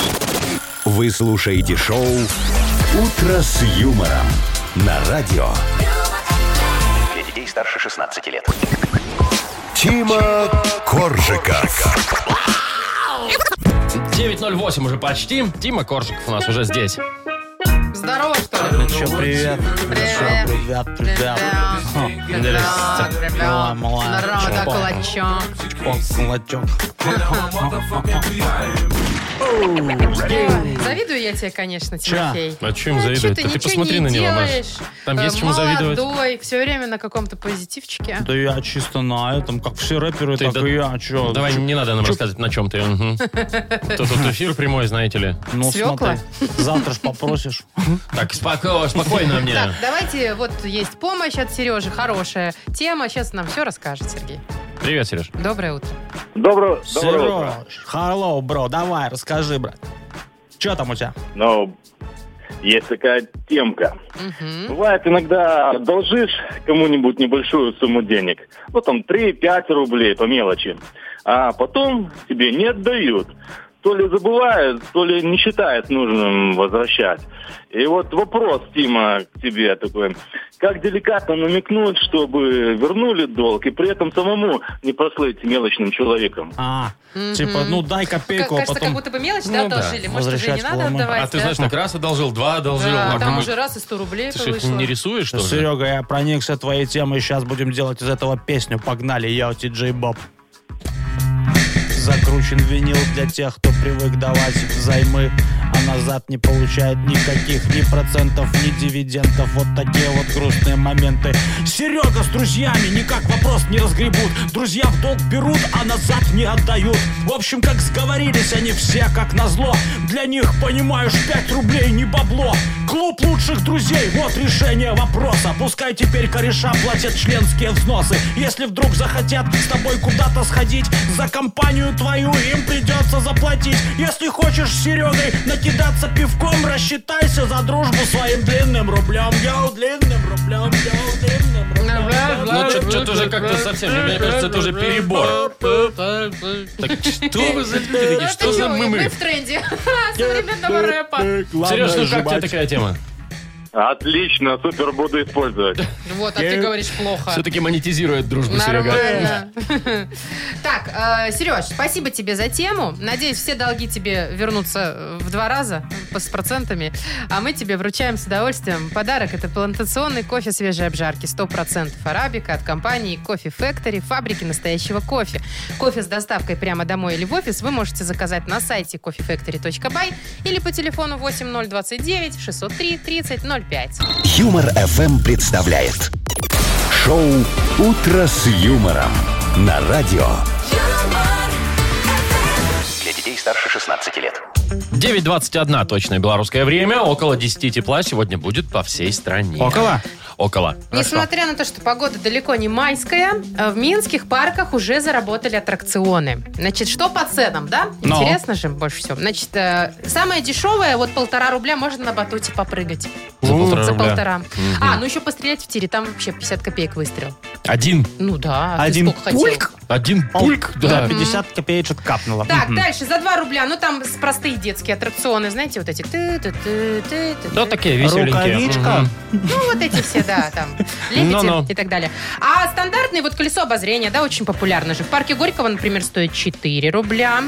S4: Вы слушаете шоу «Утро с юмором» на радио.
S5: Для детей старше 16 лет.
S4: Тима Коржика.
S1: 908 уже почти. Тима Коржиков у нас уже здесь.
S2: Здорово, что ли?
S3: Ну чё,
S2: Привет.
S3: привет. Привет, привет.
S2: Ребят, ребят,
S3: Мала,
S2: народа
S3: мала.
S2: кулачок.
S3: О, кулачок. а,
S2: Ой, Завидую я тебе, конечно, Тимофей. Ну,
S1: А чё им
S2: чё
S1: завидовать-то? Ты
S2: ты ничего
S1: посмотри
S2: не
S1: на него, Маш.
S2: делаешь.
S1: Там есть
S2: Э,
S1: чему завидовать.
S2: Молодой, все время на каком-то позитивчике.
S3: а, Да я чисто на этом, как все рэперы,
S1: Ты
S3: так
S1: да-
S3: и я. Чё?
S1: Давай, не надо нам рассказывать, на чем ты. мгм. То Тут эфир прямой, знаете ли.
S3: Ну,
S2: Свёкла?
S3: смотри, завтра ж попросишь.
S1: Так, споко- спокойно мне.
S2: Так, давайте, вот есть помощь от Сережи, хорошая тема. Сейчас нам все расскажет Сергей.
S1: Привет, Сереж.
S2: Доброе утро.
S10: Доброе, доброе утро.
S3: Сереж, hello, бро, давай, расскажи, брат. Че там у тебя?
S10: Ну, есть такая темка.
S2: Мгм.
S10: Бывает иногда должишь кому-нибудь небольшую сумму денег. Ну, там 3-5 рублей по мелочи. А потом тебе не отдают. То ли забывают, то ли не считают нужным возвращать. И вот вопрос, Тима, к тебе такой. Как деликатно намекнуть, чтобы вернули долг и при этом самому не прослыть мелочным человеком?
S3: А,
S2: Мгм.
S3: типа, ну дай
S2: Как-
S3: копейку, а
S2: кажется, как
S3: потом...
S2: будто бы мелочь, да,
S1: Ну да,
S2: одолжили. Может, уже не
S3: возвращать
S2: надо
S3: поломы.
S2: отдавать,
S1: А ты,
S2: да?
S1: знаешь, так раз одолжил, два одолжил.
S2: Да,
S1: а
S2: там
S1: мы-
S2: уже раз и 100 рублей
S1: Ты что,
S2: повышло.
S1: не рисуешь, что ли?
S3: Серега, я проникся твоей темой, сейчас будем делать из этого песню. Погнали, я у Джей Боб. Закручен винил для тех, кто привык давать взаймы, а назад не получает никаких ни процентов, ни дивидендов. Вот такие вот грустные моменты. Серега с друзьями никак вопрос не разгребут. Друзья в долг берут, а назад не отдают. В общем, как сговорились они все, как назло. Для них, понимаешь, 5 рублей не бабло. Клуб лучших друзей, вот решение вопроса. Пускай теперь кореша платят членские взносы. Если вдруг захотят с тобой куда-то сходить, за компанию твою им придется заплатить. Если хочешь с Серегой накидаться пивком, рассчитайся за дружбу своим длинным рублем. Йоу, длинным рублем, йоу, длинным рублем.
S1: Ну, что-то уже как-то совсем,
S2: ну,
S1: мне кажется, это уже перебор. Так что вы за люди,
S2: Ну,
S1: что
S2: ты
S1: за
S2: чё, и
S1: мы-мы? э,
S2: в тренде современного рэпа.
S1: Сереж, ну как тебе такая тема?
S10: Отлично, супер, буду использовать.
S2: Вот, а ты говоришь плохо.
S1: Все-таки монетизирует дружбу, Серега.
S2: Нормально. Так, э, Сереж, спасибо тебе за тему. Надеюсь, все долги тебе вернутся э, в два раза по- с процентами. А мы тебе вручаем с удовольствием подарок. Это плантационный кофе свежей обжарки 100% арабика от компании Кофе Factory, фабрики настоящего кофе. Кофе с доставкой прямо домой или в офис вы можете заказать на сайте coffeefactory.by или по телефону 8029 603 3005.
S4: Юмор FM представляет шоу Утро с юмором на радио.
S5: Для детей старше 16 лет.
S1: 9.21 точное белорусское время. Около 10 тепла сегодня будет по всей стране.
S3: Около?
S1: Около.
S2: Несмотря на то, что погода далеко не майская, э, в минских парках уже заработали аттракционы. Значит, что по ценам, да?
S1: Ну.
S3: Но.
S2: Интересно же больше всего. Значит, э, самое дешевое, вот полтора рубля, можно на батуте попрыгать.
S1: За полтора
S2: За
S1: рубля.
S2: полтора.
S1: Мгм.
S2: А, ну еще пострелять в тире, там вообще 50 копеек выстрел.
S1: Один.
S2: Ну да, а ты
S3: Один
S2: сколько хотел?
S3: пульк?
S1: Один пульк, да.
S3: Да, 50 копеечек капнуло.
S2: Так,
S3: Мгм.
S2: дальше, за 2 рубля, ну там с- простые детские аттракционы, знаете, вот эти ты-ты-ты-ты-ты.
S1: Да, такие веселенькие.
S3: Рукавичка.
S1: Мгм.
S2: Ну, вот эти все, да, там,
S1: Ну-ну.
S2: лепите и так далее. А стандартное вот колесо обозрения, да, очень популярно же. В парке Горького, например, стоит 4 рубля.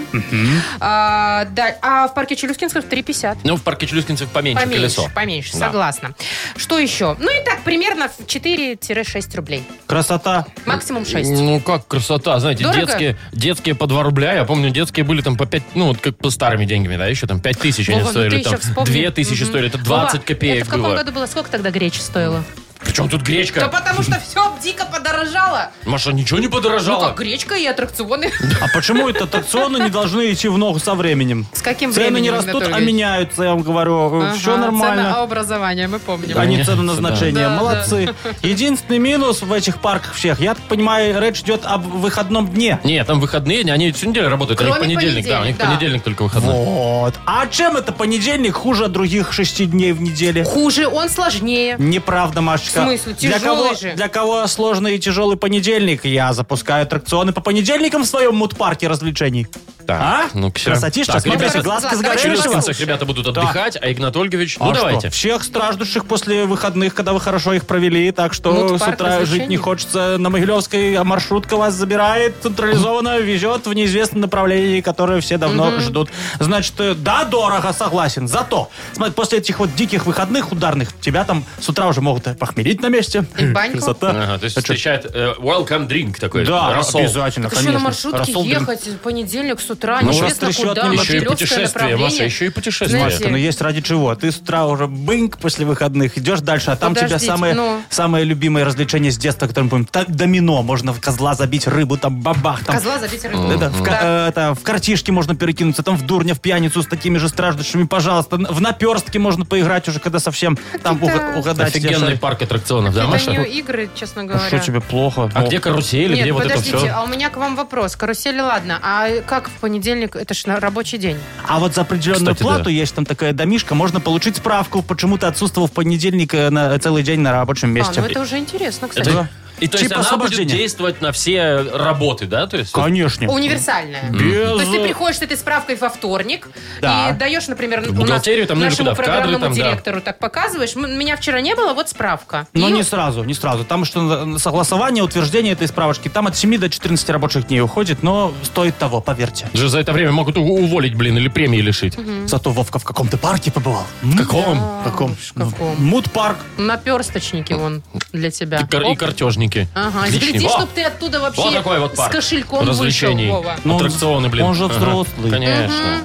S2: А, да, а в парке Челюскинского 3,50.
S1: Ну, в парке Челюскинцев поменьше,
S2: Поменьше,
S1: колесо.
S2: поменьше,
S1: Да.
S2: согласна. Что еще? Ну и так, примерно в 4-6 рублей.
S3: Красота.
S2: Максимум 6.
S1: Ну, как красота. Знаете,
S2: Дорого?
S1: детские, детские по 2 рубля. Я помню, детские были там по 5, ну, вот как по старыми деньгами, да, еще там 5 тысяч они
S2: Вова, ну ты
S1: стоили,
S2: еще
S1: там
S2: вспомни.
S1: 2 тысячи
S2: Мгм.
S1: стоили, это
S2: Вова,
S1: 20 копеек
S2: это в каком
S1: было.
S2: году было? Сколько тогда гречи стоило?
S1: Причем тут
S2: Да
S1: гречка?
S2: потому что все дико подорожало.
S1: Маша, ничего не подорожало.
S2: Ну как, гречка и аттракционы.
S3: А почему это аттракционы не должны идти в ногу со временем?
S2: С каким
S3: Цены не
S2: временем,
S3: растут,
S2: Анатолий
S3: а
S2: Ильич?
S3: меняются, я вам говорю.
S2: Ага,
S3: Все
S2: Цена
S3: нормально.
S2: образования, мы помним.
S3: Они
S1: Да.
S3: цены назначения.
S2: Да,
S3: Молодцы. Единственный минус в этих парках всех, я так понимаю, речь идет об выходном дне.
S1: Нет, там выходные, они всю неделю работают, они
S2: Кроме
S1: понедельник, да, у них
S2: понедельник, да.
S1: понедельник только выходной.
S3: Вот. А чем это понедельник хуже других шести дней в неделе?
S2: Хуже, он сложнее.
S3: Неправда, Машечка.
S2: В смысле?
S3: Для
S2: Тяжелый
S3: кого,
S2: же.
S3: Для кого сложный и тяжелый понедельник? Я запускаю аттракционы по понедельникам в своем мудпарке развлечений.
S1: Так,
S3: А?
S1: ну все.
S3: Красотища,
S1: Так,
S3: смотрите,
S1: ребята,
S3: глазки
S2: глазки
S1: в
S2: Короче,
S3: сгорели.
S1: Челюскинцах ребята будут отдыхать, а Игнат Ольгович, ну
S3: А
S1: давайте.
S3: что? Всех страждущих после выходных, когда вы хорошо их провели, так что
S2: Ну, это
S3: с
S2: парк
S3: утра жить
S2: развлечений.
S3: не хочется. На Могилевской а маршрутка вас забирает, централизованно везет в неизвестном направлении, которое все давно ждут. Значит, э, да, дорого, согласен. Зато, смотри, после этих вот диких выходных ударных, тебя там с утра уже могут и похмелить на месте.
S2: И в баньку.
S3: Красота.
S1: Ага, то есть
S3: А чё?
S1: встречает э, welcome drink такой.
S3: да,
S1: рассол.
S3: обязательно,
S2: Так еще
S3: конечно.
S2: на маршрутке
S3: Рассол, блин.
S2: ехать в понедельник с утра,
S3: Ну,
S2: неизвестно
S3: завтра еще
S2: куда,
S3: одно.
S1: Еще и
S2: Могилевское
S1: путешествие,
S2: направление.
S1: Маша, еще и путешествие.
S2: Знаете,
S3: Машка, ну есть ради чего. Ты с утра уже бынк после выходных, идешь дальше, а там тебя
S2: Подождите,
S3: самое,
S2: ну.
S3: самое любимое развлечение с детства, которое мы помним. Так, домино, можно в козла забить рыбу, там бабах, там...
S2: Козла забить рыбу.
S3: Это, в, ка- э, это, в картишки можно перекинуться, там в дурня, в пьяницу с такими же страждущими, пожалуйста. В наперстке можно поиграть уже, когда совсем там уга- угадать. все
S1: Офигенный
S3: шаги.
S1: парк аттракционов, да,
S2: Это
S1: Маша?
S2: не игры, честно
S3: Ну, Что
S2: говоря.
S3: тебе плохо?
S1: А где карусели,
S2: Нет,
S1: где вот это
S2: подождите,
S1: все?
S2: а у меня к вам вопрос. Карусели, ладно, а как в понедельник? Это ж на рабочий день.
S3: А вот за определенную
S1: Кстати,
S3: плату
S1: да.
S3: есть там такая домишка, можно получить справку, почему ты отсутствовал в понедельник э, на целый день на рабочем месте.
S2: А, ну это уже интересно, кстати.
S1: Это...
S3: Да.
S1: И то есть
S3: Чип
S1: она будет
S3: освобождения.
S1: действовать на все работы, да? То есть,
S3: Конечно.
S2: Универсальная.
S3: Без-
S2: То есть ты приходишь с этой справкой во вторник
S3: Да.
S2: и даешь, например,
S1: В
S2: у нас
S1: бухгалтерию, там, ну или
S2: нашему
S1: куда, в кадры,
S2: программному
S1: там, да. Ну,
S2: директору так показываешь. М- Меня вчера не было, вот справка.
S3: Но
S2: И
S3: не сразу, не сразу. Там что на- согласование, утверждение этой справочки. Там от 7 до 14 рабочих дней уходит, но стоит того, поверьте.
S1: Же за это время могут у- уволить, блин, или премии лишить.
S3: Зато Вовка в каком-то парке побывал.
S1: В каком?
S2: А,
S3: каком?
S2: уж каком.
S3: Муд-парк.
S2: Наперсточники вон для тебя.
S1: И, кар- и
S2: Оп.
S1: картежники.
S2: Ага, и
S1: Лишние.
S2: гляди,
S1: О!
S2: чтоб ты оттуда вообще
S1: Вот такой вот парк.
S2: с кошельком
S1: развлечений.
S2: вышел, Вова.
S3: Ну, он-
S1: Аттракционы, блин.
S3: он же
S1: Ага.
S3: взрослый.
S1: Конечно.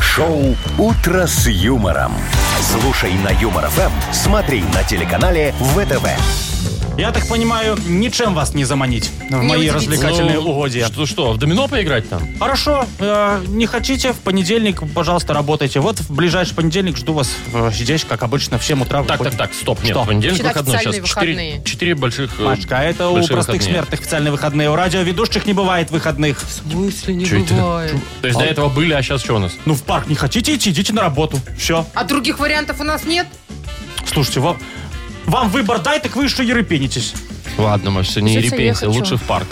S4: Шоу Утро с юмором. Слушай на Юмор ФМ, смотри на телеканале ВТВ.
S3: Я так понимаю, ничем вас не заманить в мои
S2: удивительно.
S3: развлекательные
S1: Ну,
S3: угодья. Ну,
S1: Что, что, в домино поиграть там?
S3: Хорошо, э, не хотите, в понедельник, пожалуйста, работайте. Вот в ближайший понедельник жду вас э, здесь, как обычно, в 7 утра.
S1: Так,
S3: Хоть-
S1: так, так, стоп, нет,
S3: Что?
S1: понедельник
S2: Считай
S1: выходной сейчас.
S2: официальные
S1: Четыре,
S2: выходные.
S1: четыре больших... э,
S3: Машка, это у
S1: большие
S3: простых
S1: выходные.
S3: смертных официальные выходные. У радиоведущих не бывает выходных.
S2: В смысле не
S1: Чё это?
S2: бывает?
S1: То есть до этого были, а сейчас что у нас?
S3: Ну, в парк не хотите идти, идите на работу. Все.
S2: А других вариантов у нас нет?
S3: Слушайте, вам, вам выбор дай, так вы еще ерепенитесь.
S1: Ладно, Маш, не
S2: Придётся
S1: ерепенься,
S2: ехать,
S1: лучше
S2: чё?
S1: в парк.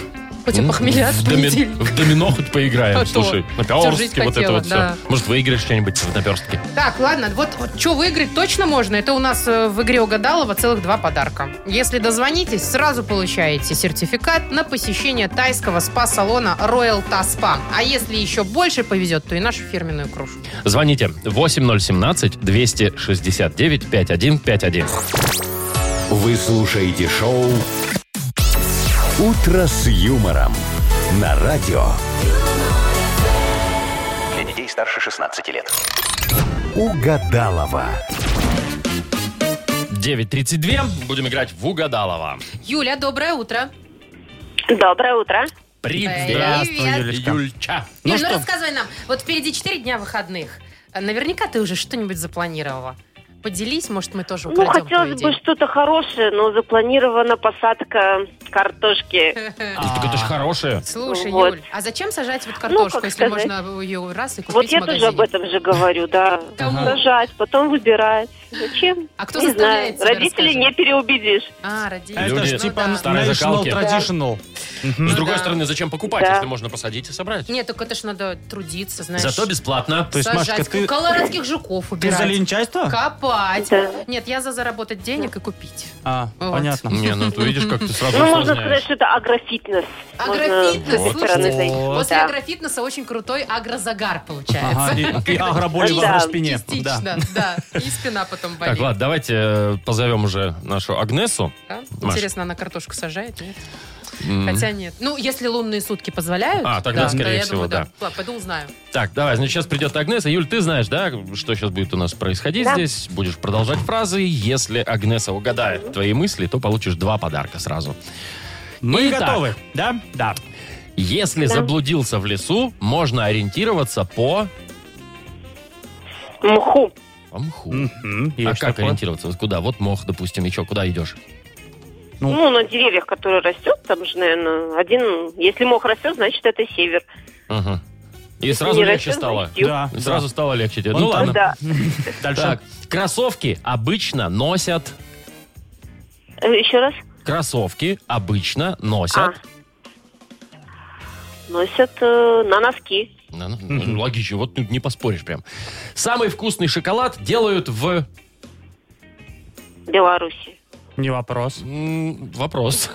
S2: Хоть и похмелят
S1: в,
S2: в
S1: доми-
S2: понедельник.
S1: в домино хоть поиграем.
S2: А то.
S1: Слушай, на
S2: Всю жизнь
S1: наперстке вот это
S2: хотела,
S1: вот
S2: да.
S1: все. Может, выиграешь что-нибудь в наперстке.
S2: Так, ладно, вот, что выиграть точно можно. Это у нас э, в игре угадалова целых два подарка. Если дозвонитесь, сразу получаете сертификат на посещение тайского спа-салона Royal Ta Spa. А если еще больше повезет, то и нашу фирменную кружку.
S1: Звоните 8017-269-5151.
S4: Вы слушаете шоу «Утро с юмором» на радио.
S5: Для детей старше 16 лет.
S4: Угадалова.
S1: 9.32. Будем играть в Угадалова.
S2: Юля, доброе утро.
S7: Доброе утро.
S1: Привет.
S2: Привет.
S3: Юлечка.
S1: Юльча.
S3: Ну
S2: Юль, ну
S3: что?
S2: рассказывай нам. Вот впереди 4 дня выходных. А Наверняка ты уже что-нибудь запланировала. Поделись, может, мы тоже
S7: Ну,
S2: украдем
S7: хотелось
S2: твою
S7: бы что-то хорошее, но запланирована посадка картошки.
S2: идею.
S1: Так это же хорошее.
S2: Слушай,
S7: Вот. Ну,
S2: Юль, а зачем сажать вот картошку,
S7: как
S2: если
S7: сказать?
S2: можно ее раз и купить
S7: Вот я
S2: в
S7: тоже
S2: магазине?
S7: об этом же говорю, да.
S2: Кому?
S7: Сажать, потом выбирать. Зачем?
S2: А кто
S7: не знаю.
S2: заставляет тебя,
S7: Родителей
S2: расскажи?
S7: не переубедишь.
S2: А, родители.
S3: Это
S1: Люди
S3: же
S2: Ну
S3: типа
S2: да.
S1: старой
S3: national
S1: закалки.
S3: traditional.
S1: С другой
S2: да.
S1: стороны, зачем покупать,
S7: Да.
S1: если можно посадить и собрать?
S2: Нет, так это ж надо трудиться, знаешь.
S1: Зато бесплатно.
S3: То есть,
S2: сажать Ну,
S3: Машка, ты-
S2: колорадских жуков
S3: Ты
S2: убирать.
S3: за линчайство?
S2: Копать.
S7: Да.
S2: Нет, я за заработать денег и купить.
S3: А,
S2: Вот.
S3: понятно.
S1: Не, ну ты видишь, как ты сразу
S7: Ну, можно
S1: осознаешь.
S7: сказать, что это агрофитнес. Можно
S2: Агрофитнес,
S7: с этой
S2: слушайте.
S7: стороны зайти.
S2: После
S7: Да.
S2: агрофитнеса очень крутой агрозагар получается.
S3: Ага, и, и агроболи в
S7: Да.
S3: агроспине. Да.
S2: Частично, да. И спина потом болит.
S1: Так, ладно, давайте э, позовем уже нашу Агнесу.
S2: Да?
S1: Маш.
S2: Интересно, она картошку сажает, нет?
S1: М.
S2: Хотя нет. Ну, если лунные сутки позволяют.
S1: А, тогда,
S2: да,
S1: скорее
S2: я
S1: всего,
S2: думаю, да. Ладно, Пойду узнаю.
S1: Так, давай, значит, сейчас придет Агнеса. Юль, ты знаешь, да, что сейчас будет у нас происходить
S7: Да.
S1: здесь? Будешь продолжать фразы. Если Агнеса угадает твои мысли, то получишь два подарка сразу.
S3: Мы
S1: Итак.
S3: готовы, да? Да.
S1: Если заблудился в лесу, можно ориентироваться по...
S7: Мху.
S1: по мху.
S3: Мгм,
S1: а
S3: есть
S1: как
S3: такое.
S1: ориентироваться? Вот Куда? Вот мох, допустим, и что? Куда идешь?
S3: Ну.
S7: Ну, на деревьях, которые растет, там же, наверное, один... Если мох растет, значит, это север.
S1: Ага. И сразу
S7: Не
S1: легче
S7: растет,
S1: стало.
S7: значит, юг.
S3: Да,
S1: Сразу стало легче тебе.
S3: Вон
S1: Ну
S3: там.
S1: ладно.
S7: Да.
S3: Дальше.
S1: Так, кроссовки обычно носят...
S7: Э, Еще раз.
S1: Кроссовки обычно
S7: А.
S1: носят...
S7: Носят э, на носки.
S1: Ну, ну, ну, Логично, вот тут не поспоришь прям. Самый вкусный шоколад делают в...
S7: Беларуси.
S3: Не вопрос.
S1: М, Вопрос.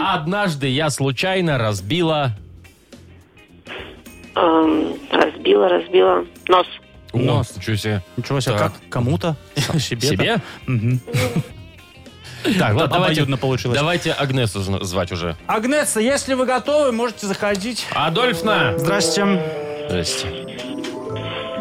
S1: Однажды я случайно разбила...
S7: Эм, разбила, разбила нос.
S1: О,
S3: Нос.
S1: ничего себе.
S3: Ничего себе,
S1: Так.
S3: как кому-то? Себе?
S1: Себе?
S3: Мгм.
S1: Так, ладно,
S3: Обоюдно
S1: давайте...
S3: получилось.
S1: Давайте Агнесу зн- звать уже.
S3: Агнеса, если вы готовы, можете заходить.
S1: Адольфна!
S3: Здрасте.
S1: Здрасте.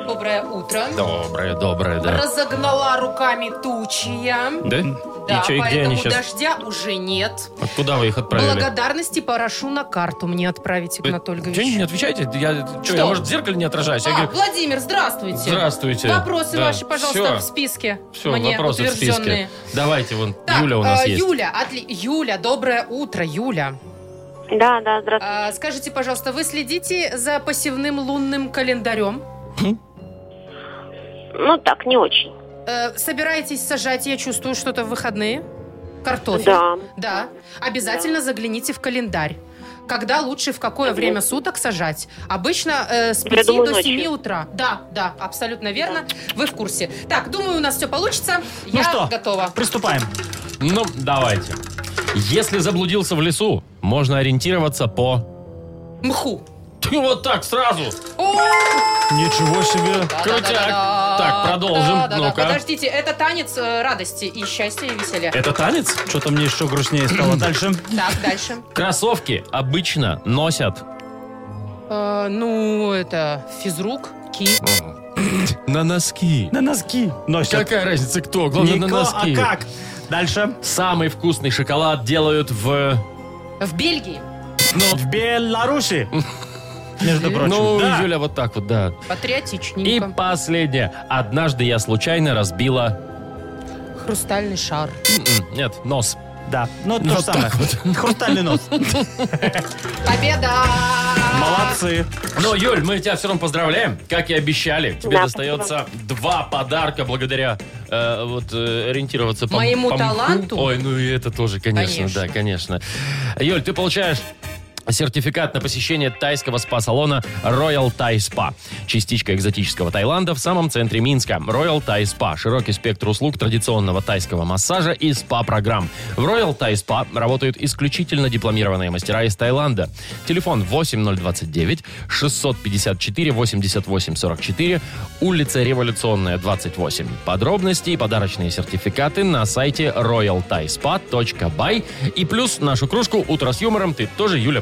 S2: Доброе утро.
S1: Доброе, доброе, да.
S2: Разогнала руками тучи я.
S1: Да?
S2: Да,
S1: и чё, и где
S2: поэтому
S1: они сейчас?
S2: дождя уже нет.
S1: Куда вы их отправили?
S2: Благодарности порошу на карту мне отправить, Игнат Ольгович.
S1: Чё не отвечаете? Я, чё,
S2: Что?
S1: я, может, в зеркале не отражаюсь? Я
S2: А,
S1: говорю,
S2: Владимир, здравствуйте.
S1: здравствуйте.
S2: Вопросы
S1: Да.
S2: ваши, пожалуйста,
S1: Всё.
S2: в списке.
S1: Все,
S2: мне
S1: вопросы в
S2: утвержденные.
S1: списке. Давайте, вон,
S2: Так,
S1: Юля у нас
S2: э,
S1: есть.
S2: Юля, отли- Юля, доброе утро, Юля.
S7: Да, да, здравствуйте.
S2: А, скажите, пожалуйста, вы следите за посевным лунным календарем?
S7: Ну, так, не очень.
S2: Э, собираетесь сажать, я чувствую, что-то в выходные? Картофель?
S7: Да.
S2: Да. Обязательно загляните в календарь. Когда лучше, в какое время суток сажать? Обычно э, с 5
S7: думаю,
S2: до 7
S7: ночью.
S2: утра. Да, да, абсолютно верно. Вы в курсе. Так, думаю, у нас все получится.
S3: Ну
S2: я
S3: что?
S2: готова.
S3: Приступаем.
S1: Ну, давайте. Если заблудился в лесу, можно ориентироваться по...
S2: Мху.
S1: Ты вот так сразу!
S3: Ничего себе.
S1: Крутяк.
S2: Да-да-да-да.
S1: Так, продолжим.
S2: Да-да-да.
S1: Ну-ка. Э.
S2: Подождите, это танец э, радости и счастья и веселья.
S3: Это танец? Что-то мне еще грустнее стало. Дальше.
S2: Так, дальше.
S1: Кроссовки обычно носят...
S2: Э, ну, это физрук, ки.
S1: На носки.
S3: На носки носят.
S1: Какая разница кто? Главное,
S3: Не
S1: на
S3: ко- а
S1: носки.
S3: как? Дальше.
S1: Самый вкусный шоколад делают в...
S2: В Бельгии.
S3: Ну, в Беларуси. Между прочим.
S1: ну,
S3: Да.
S1: Юля, вот так вот, да. И
S2: Патриотичненько.
S1: последнее. Однажды я случайно разбила...
S2: Хрустальный шар.
S1: М-м, Нет, нос.
S3: Да, ну то же
S1: Вот
S3: самое.
S1: так вот.
S3: Хрустальный нос.
S2: Победа!
S3: Молодцы.
S1: Но, Ну, Юль, мы тебя все равно поздравляем. Как и обещали, тебе
S9: Да,
S1: достается два подарка благодаря э, вот э, ориентироваться по
S2: Моему
S1: по МКУ.
S2: таланту?
S1: Ой, ну и это тоже, конечно,
S2: Конечно.
S1: да, конечно. Юль, ты получаешь сертификат на посещение тайского спа-салона Royal Thai Spa. Частичка экзотического Таиланда в самом центре Минска. Royal Thai Spa. Широкий спектр услуг традиционного тайского массажа и спа-программ. В Royal Thai Spa работают исключительно дипломированные мастера из Таиланда. Телефон 8029 654 88 44, улица Революционная 28. Подробности и подарочные сертификаты на сайте royalthaispa.by. И плюс нашу кружку «Утро с юмором» ты тоже, Юля,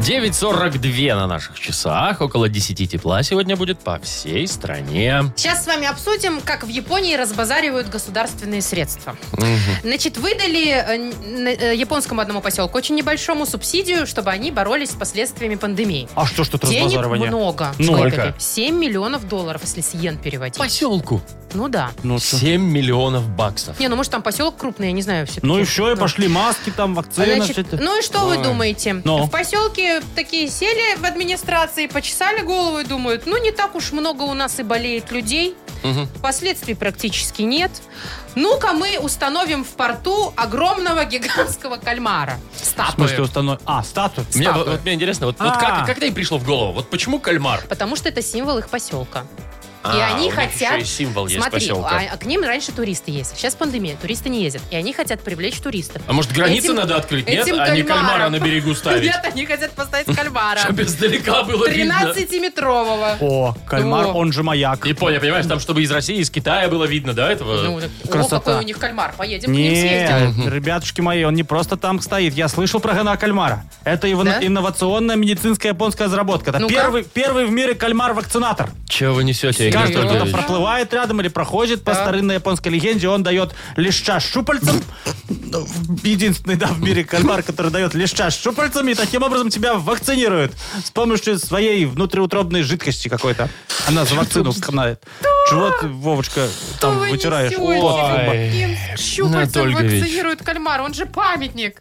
S1: 9.42 на наших часах. Около 10 тепла сегодня будет по всей стране.
S2: Сейчас с вами обсудим, как в Японии разбазаривают государственные средства. Значит, выдали э, н- э, японскому одному поселку очень небольшому субсидию, чтобы они боролись с последствиями пандемии.
S3: А что ж тут
S2: Денег
S3: разбазаривание?
S2: много.
S1: Ну, сколько?
S2: 7 миллионов долларов, если с йен переводить.
S1: Поселку.
S2: Ну да.
S3: Ну, чё?
S1: 7 миллионов баксов.
S2: Не, ну может там поселок крупный, я не знаю. все
S3: Ну и все, и пошли маски там, вакцины.
S2: Значит,
S3: всё это.
S2: ну и что
S1: Ой.
S2: вы думаете?
S3: Ну?
S2: В поселке такие сели в администрации, почесали голову и думают, ну не так уж много у нас и болеет людей,
S1: Мгм.
S2: последствий практически нет. Ну-ка мы установим в порту огромного гигантского кальмара.
S3: В смысле
S2: Статую.
S3: установили? А, статую.
S1: Мне, вот,
S2: Статуя.
S1: вот мне интересно, вот, вот
S3: А.
S1: как, как это им пришло в голову? Вот почему кальмар?
S2: Потому что это символ их поселка.
S1: А,
S2: они
S1: у них
S2: хотят-
S1: еще и символ есть
S2: Смотри,
S1: поселка.
S2: а- а к ним раньше туристы ездят. Сейчас пандемия, туристы не ездят. И они хотят привлечь туристов.
S1: А может, границы
S2: Этим-
S1: надо открыть, нет?
S2: этим
S1: А не
S2: кальмаром.
S1: кальмара на берегу ставить.
S2: Нет, они хотят поставить кальмара.
S1: Чтобы издалека было видно.
S2: 13-метрового.
S3: О, кальмар,
S2: О.
S3: он же маяк.
S1: И понял, понимаешь, там, чтобы из России, из Китая было видно, да, этого?
S2: Ну, так,
S3: Красота.
S2: О, какой у них кальмар. Поедем к ним съездим.
S3: Нет, ребятушки мои, он не просто там стоит. Я слышал про гана кальмара. Это ивно-
S2: Да?
S3: инновационная медицинская японская разработка. Это
S2: Ну-ка.
S3: первый, первый в мире кальмар-вакцинатор.
S1: Чего вы несете, Игорь
S3: Каждый
S2: ну,
S3: кто-то
S1: Анатольевич?
S3: проплывает рядом или проходит по
S2: Да.
S3: старинной японской легенде, он дает леща щупальцем. Ну, Единственный, да, в мире кальмар, который дает леща щупальцем, и таким образом тебя вакцинируют с помощью своей внутриутробной жидкости какой-то. Она за вакцину канает. Чего ты, Вовочка, там
S2: вы
S3: вытираешь?
S2: несете?
S3: пот с лба?
S2: Каким Щупальцем
S1: Анатолий Ильич.
S2: вакцинируют кальмар. Он же памятник.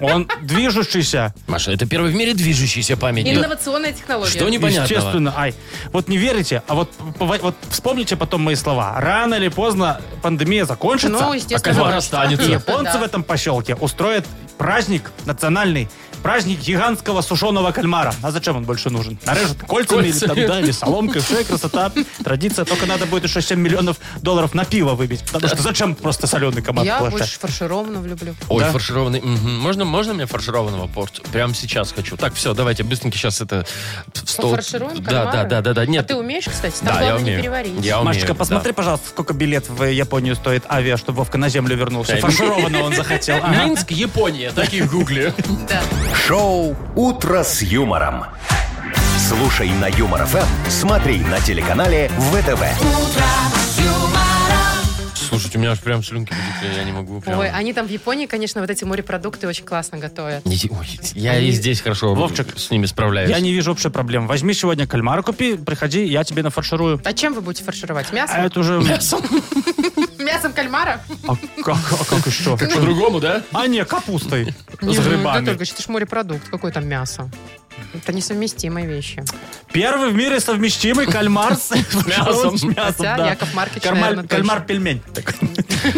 S3: Он движущийся.
S1: Маша, это первый в мире движущийся памятник.
S2: Инновационная технология.
S1: Что непонятного?
S3: Естественно, ай. Вот не верите, а вот, пова- вот вспомните потом мои слова. Рано или поздно пандемия закончится.
S2: Ну,
S1: А
S2: естественно.
S1: кальмар останется.
S3: Японцы
S2: Да.
S3: в этом поселке устроят праздник национальный, праздник гигантского сушеного кальмара. А зачем он больше нужен? Нарежут кольцами,
S1: Кольцами.
S3: Или, там, да, или соломкой. Все, красота, традиция. Только надо будет еще 7 миллионов долларов на пиво выбить. Потому что зачем просто соленый комар
S2: Я
S3: положить?
S2: больше фаршированную люблю.
S1: Ой,
S3: Да.
S1: фаршированный. мгм. Можно, можно мне фаршированного порт? Прямо сейчас хочу. Так, все, давайте быстренько сейчас это в стол.
S2: Ну, Фаршируем
S1: да, да,
S2: кальмары?
S1: да, да, да. Нет.
S2: А ты умеешь, кстати? Там
S1: да, я
S2: главное не
S1: умею.
S2: переварить.
S1: Я умею.
S3: Машечка,
S1: да.
S3: посмотри, пожалуйста, сколько билет в Японию стоит авиа, чтобы Вовка на землю вернулся.
S1: Да.
S3: Фаршированно он захотел. Ага.
S1: Минск, Япония, такие в гугле.
S2: Да.
S4: Шоу «Утро с юмором». Слушай на Юмор ФМ, смотри на телеканале ВТВ.
S1: Слушайте, у меня аж прям слюнки потекли, я не могу прям.
S2: Ой, они там в Японии, конечно, вот эти морепродукты очень классно готовят.
S1: Не те- ой, я и здесь хорошо
S3: Вовчик,
S1: с ними справляюсь.
S3: Я не вижу вообще проблем. Возьми сегодня кальмара, купи, приходи, я тебе нафарширую.
S2: А чем вы будете фаршировать?
S3: А
S2: Мясом?
S3: это уже...
S2: Мясом кальмара?
S3: А как, а как еще?
S1: По-другому, да?
S3: А не, капустой. С
S2: Не, ну,
S3: грибами.
S2: Анатолий Ильич, это ж морепродукт. Какое там мясо? Это несовместимые вещи.
S3: Первый в мире совместимый кальмар с
S1: мясом.
S3: с мясом.
S2: Хотя
S3: да.
S2: Яков Маркович,
S3: Кармаль-
S2: наверное, точно.
S3: Кальмар-пельмень.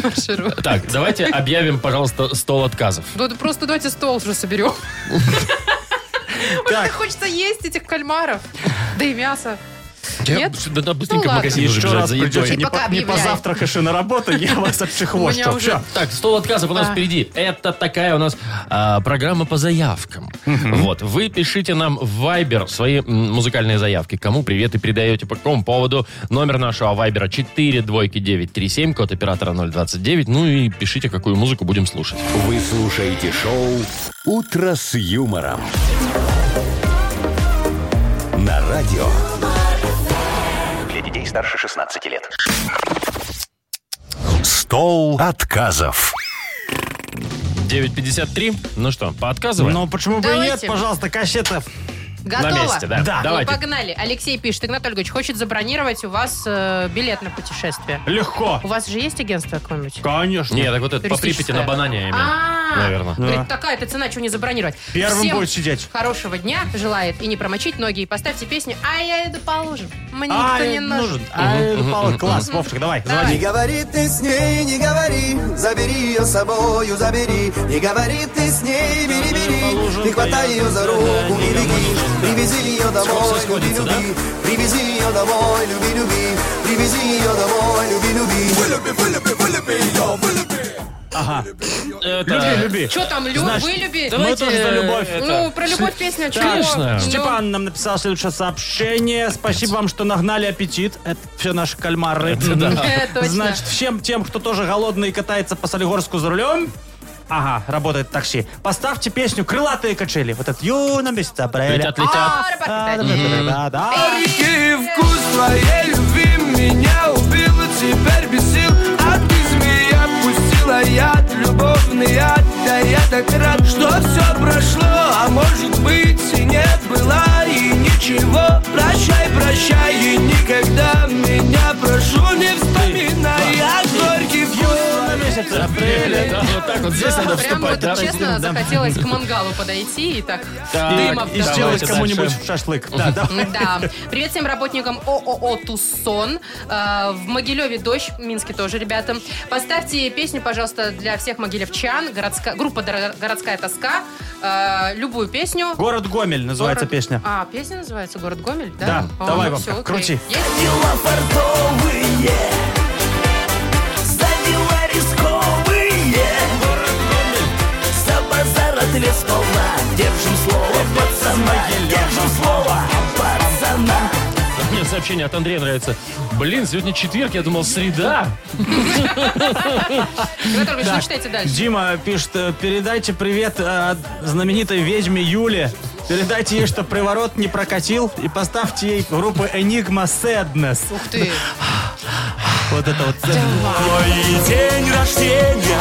S2: Фарширую.
S1: Так, давайте объявим, пожалуйста, стол отказов.
S2: Ну, да просто давайте стол уже соберем. Уже так хочется есть этих кальмаров. Да и мясо. Нет?
S1: Я- Да, да, быстренько
S2: Ну
S1: в
S2: ладно.
S1: магазин уже
S3: Еще
S1: бежать
S3: раз
S1: за едой.
S3: придете не,
S2: пока
S3: по- не
S2: объявляй.
S3: позавтракавши на работу, я вас
S2: У меня
S3: отшихвощу.
S2: уже-
S3: Всё.
S1: Так, стол отказов у нас
S2: А.
S1: впереди. Это такая у нас а, программа по заявкам. Вот, вы пишите нам в Viber свои м, музыкальные заявки. Кому привет и передаете, по какому поводу. Номер нашего Viber 4 двойки 937, код оператора 029. Ну и пишите, какую музыку будем слушать.
S4: Вы слушаете шоу «Утро с юмором». На радио.
S5: Для детей старше 16 лет.
S4: Стол отказов.
S1: 9.53. Ну что, поотказываем?
S3: Ну, почему бы и нет,
S2: Давайте.
S3: пожалуйста, кассета.
S2: Готово?
S1: На месте, да.
S3: Да.
S2: Ну,
S1: Давайте.
S2: погнали. Алексей пишет, Игнат Ольгович хочет забронировать у вас э, билет на путешествие.
S3: Легко.
S2: У вас же есть агентство какое-нибудь?
S3: Конечно.
S1: Не, так вот это по
S2: Туристическое.
S1: Припяти на банане я имею.
S2: А.
S1: Наверное.
S3: Да.
S2: Говорит, такая-то цена, что не забронировать.
S3: Первым
S2: Всем
S3: будет сидеть.
S2: хорошего дня желает и не промочить ноги. И поставьте песню «А я иду по лужам». Мне
S3: А,
S2: никто не
S3: э,
S2: нужен.
S3: А, э, Павел, класс, Вовчик, давай.
S2: Давай.
S8: Не говори ты с ней, не говори, забери ее с собою, забери. Не говори ты с ней, бери, бери, ты хватай ее за руку, не беги. Привези ее домой, люби, люби, привези ее домой, люби, люби, привези ее домой, люби, люби. Вылюби, вылюби, вылюби ее, вылюби.
S1: Это-
S3: Люби.
S2: Что там, лю-
S3: Знаешь,
S2: вылюби?
S3: мы тоже за любовь.
S2: Ну, про любовь песня чего?
S1: Конечно.
S2: Ну,
S3: Степан нам написал следующее сообшение. Спасибо вам, что нагнали аппетит. Это все наши кальмары.
S2: Э, точно.
S3: Значит, всем тем, кто тоже голодный и катается по Солигорску за рулем, Ага, работает такси. Поставьте песню «Крылатые качели». Вот этот юна месяца апреля».
S1: Летят, летят.
S3: А, да, да, да, да, да.
S8: Горький вкус твоей любви меня убил и теперь без сил А ты змея пустила яд, любовный яд Да я так рад, что все прошло А может быть и не было и ничего Прощай, прощай и никогда меня прошу не вспоминай Я горький
S3: Юна
S8: вкус
S3: месяца
S1: Апреля, да, вот так вот здесь надо
S2: Прям
S3: Э,
S1: вступать,
S2: вот,
S1: да?
S2: честно,
S1: Да.
S2: захотелось к мангалу подойти и так,
S1: Так,
S2: дымов
S3: И
S1: Давайте
S3: сделать
S2: давайте.
S3: кому-нибудь
S1: дальше.
S3: шашлык. Да, да.
S2: Да. Привет всем работникам ООО «Туссон». Э, В Могилеве дождь, в Минске тоже, ребята. Поставьте песню, пожалуйста, для всех могилевчан. Городска- Группа «Дор- «Городская тоска». Э, Любую песню.
S3: Город Гомель называется
S2: Город-
S3: песня.
S2: А, песня называется «Город Гомель», да?
S3: Да,
S2: А,
S3: давай,
S2: ну
S3: Вовка,
S2: всё, окей.
S3: крути.
S2: Есть?
S8: Дела фартовые За дела рисковые За базар ответ сполна Держим слово, пацана Держим слово, пацана
S1: Мне сообщение от Андрея нравится. Блин, сегодня четверг, я думал, среда.
S2: Игнат Ольгович, ну читайте дальше.
S3: Дима пишет, э, передайте привет э, от знаменитой ведьме Юле. Передайте ей, что приворот не прокатил, и поставьте ей группу Enigma Sadness.
S2: Ух ты.
S3: Вот это вот.
S8: Мой день рождения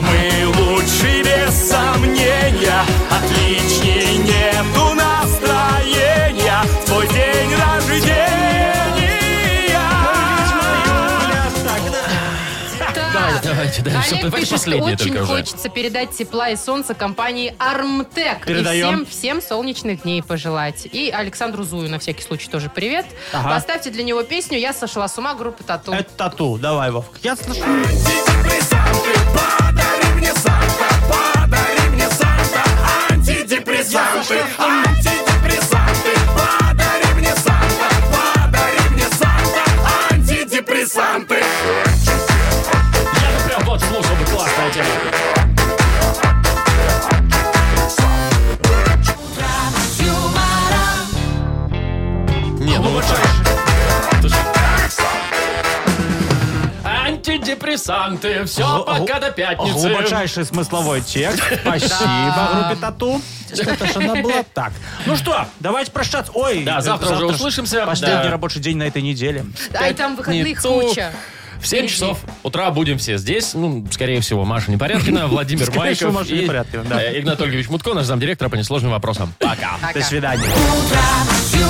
S8: Мы лучше без сомнения Отличней нету настроения Твой день рождения
S2: Так.
S1: Давайте дальше.
S2: Олег
S1: Давайте
S2: пишет, что
S1: последнее
S2: очень
S1: только уже.
S2: хочется передать тепла и солнца компании Армтек.
S3: Передаем.
S2: И всем, всем солнечных дней пожелать. И Александру Зую на всякий случай тоже привет.
S3: Ага.
S2: Поставьте для него песню «Я сошла с ума» группы Тату.
S3: Это тату. Давай, Вовка. Я слышу.
S1: Я бы прям вот слушал бы классная тема. Не, ну вот так. Это ж- Антидепрессанты. Все,
S3: Глу-
S1: пока до пятницы.
S3: Глубочайший смысловой текст. Спасибо группе тату. Это ж она была так. Ну что, давайте прощаться. Ой,
S1: Да,
S3: э,
S1: завтра уже
S3: ж
S1: услышимся.
S3: Последний
S1: Да.
S3: рабочий день на этой неделе.
S2: А и там выходных куча.
S1: В 7
S2: Впереди.
S1: часов утра будем все здесь. Ну, скорее всего, Маша Непорядкина, Владимир
S3: Скорее всего,
S1: Майков
S3: Маша
S1: и
S3: Непорядкина, да.
S1: э, Игнат Ольгович Мутко, наш замдиректора по несложным вопросам. Пока.
S2: Пока.
S3: До свидания.
S8: Утро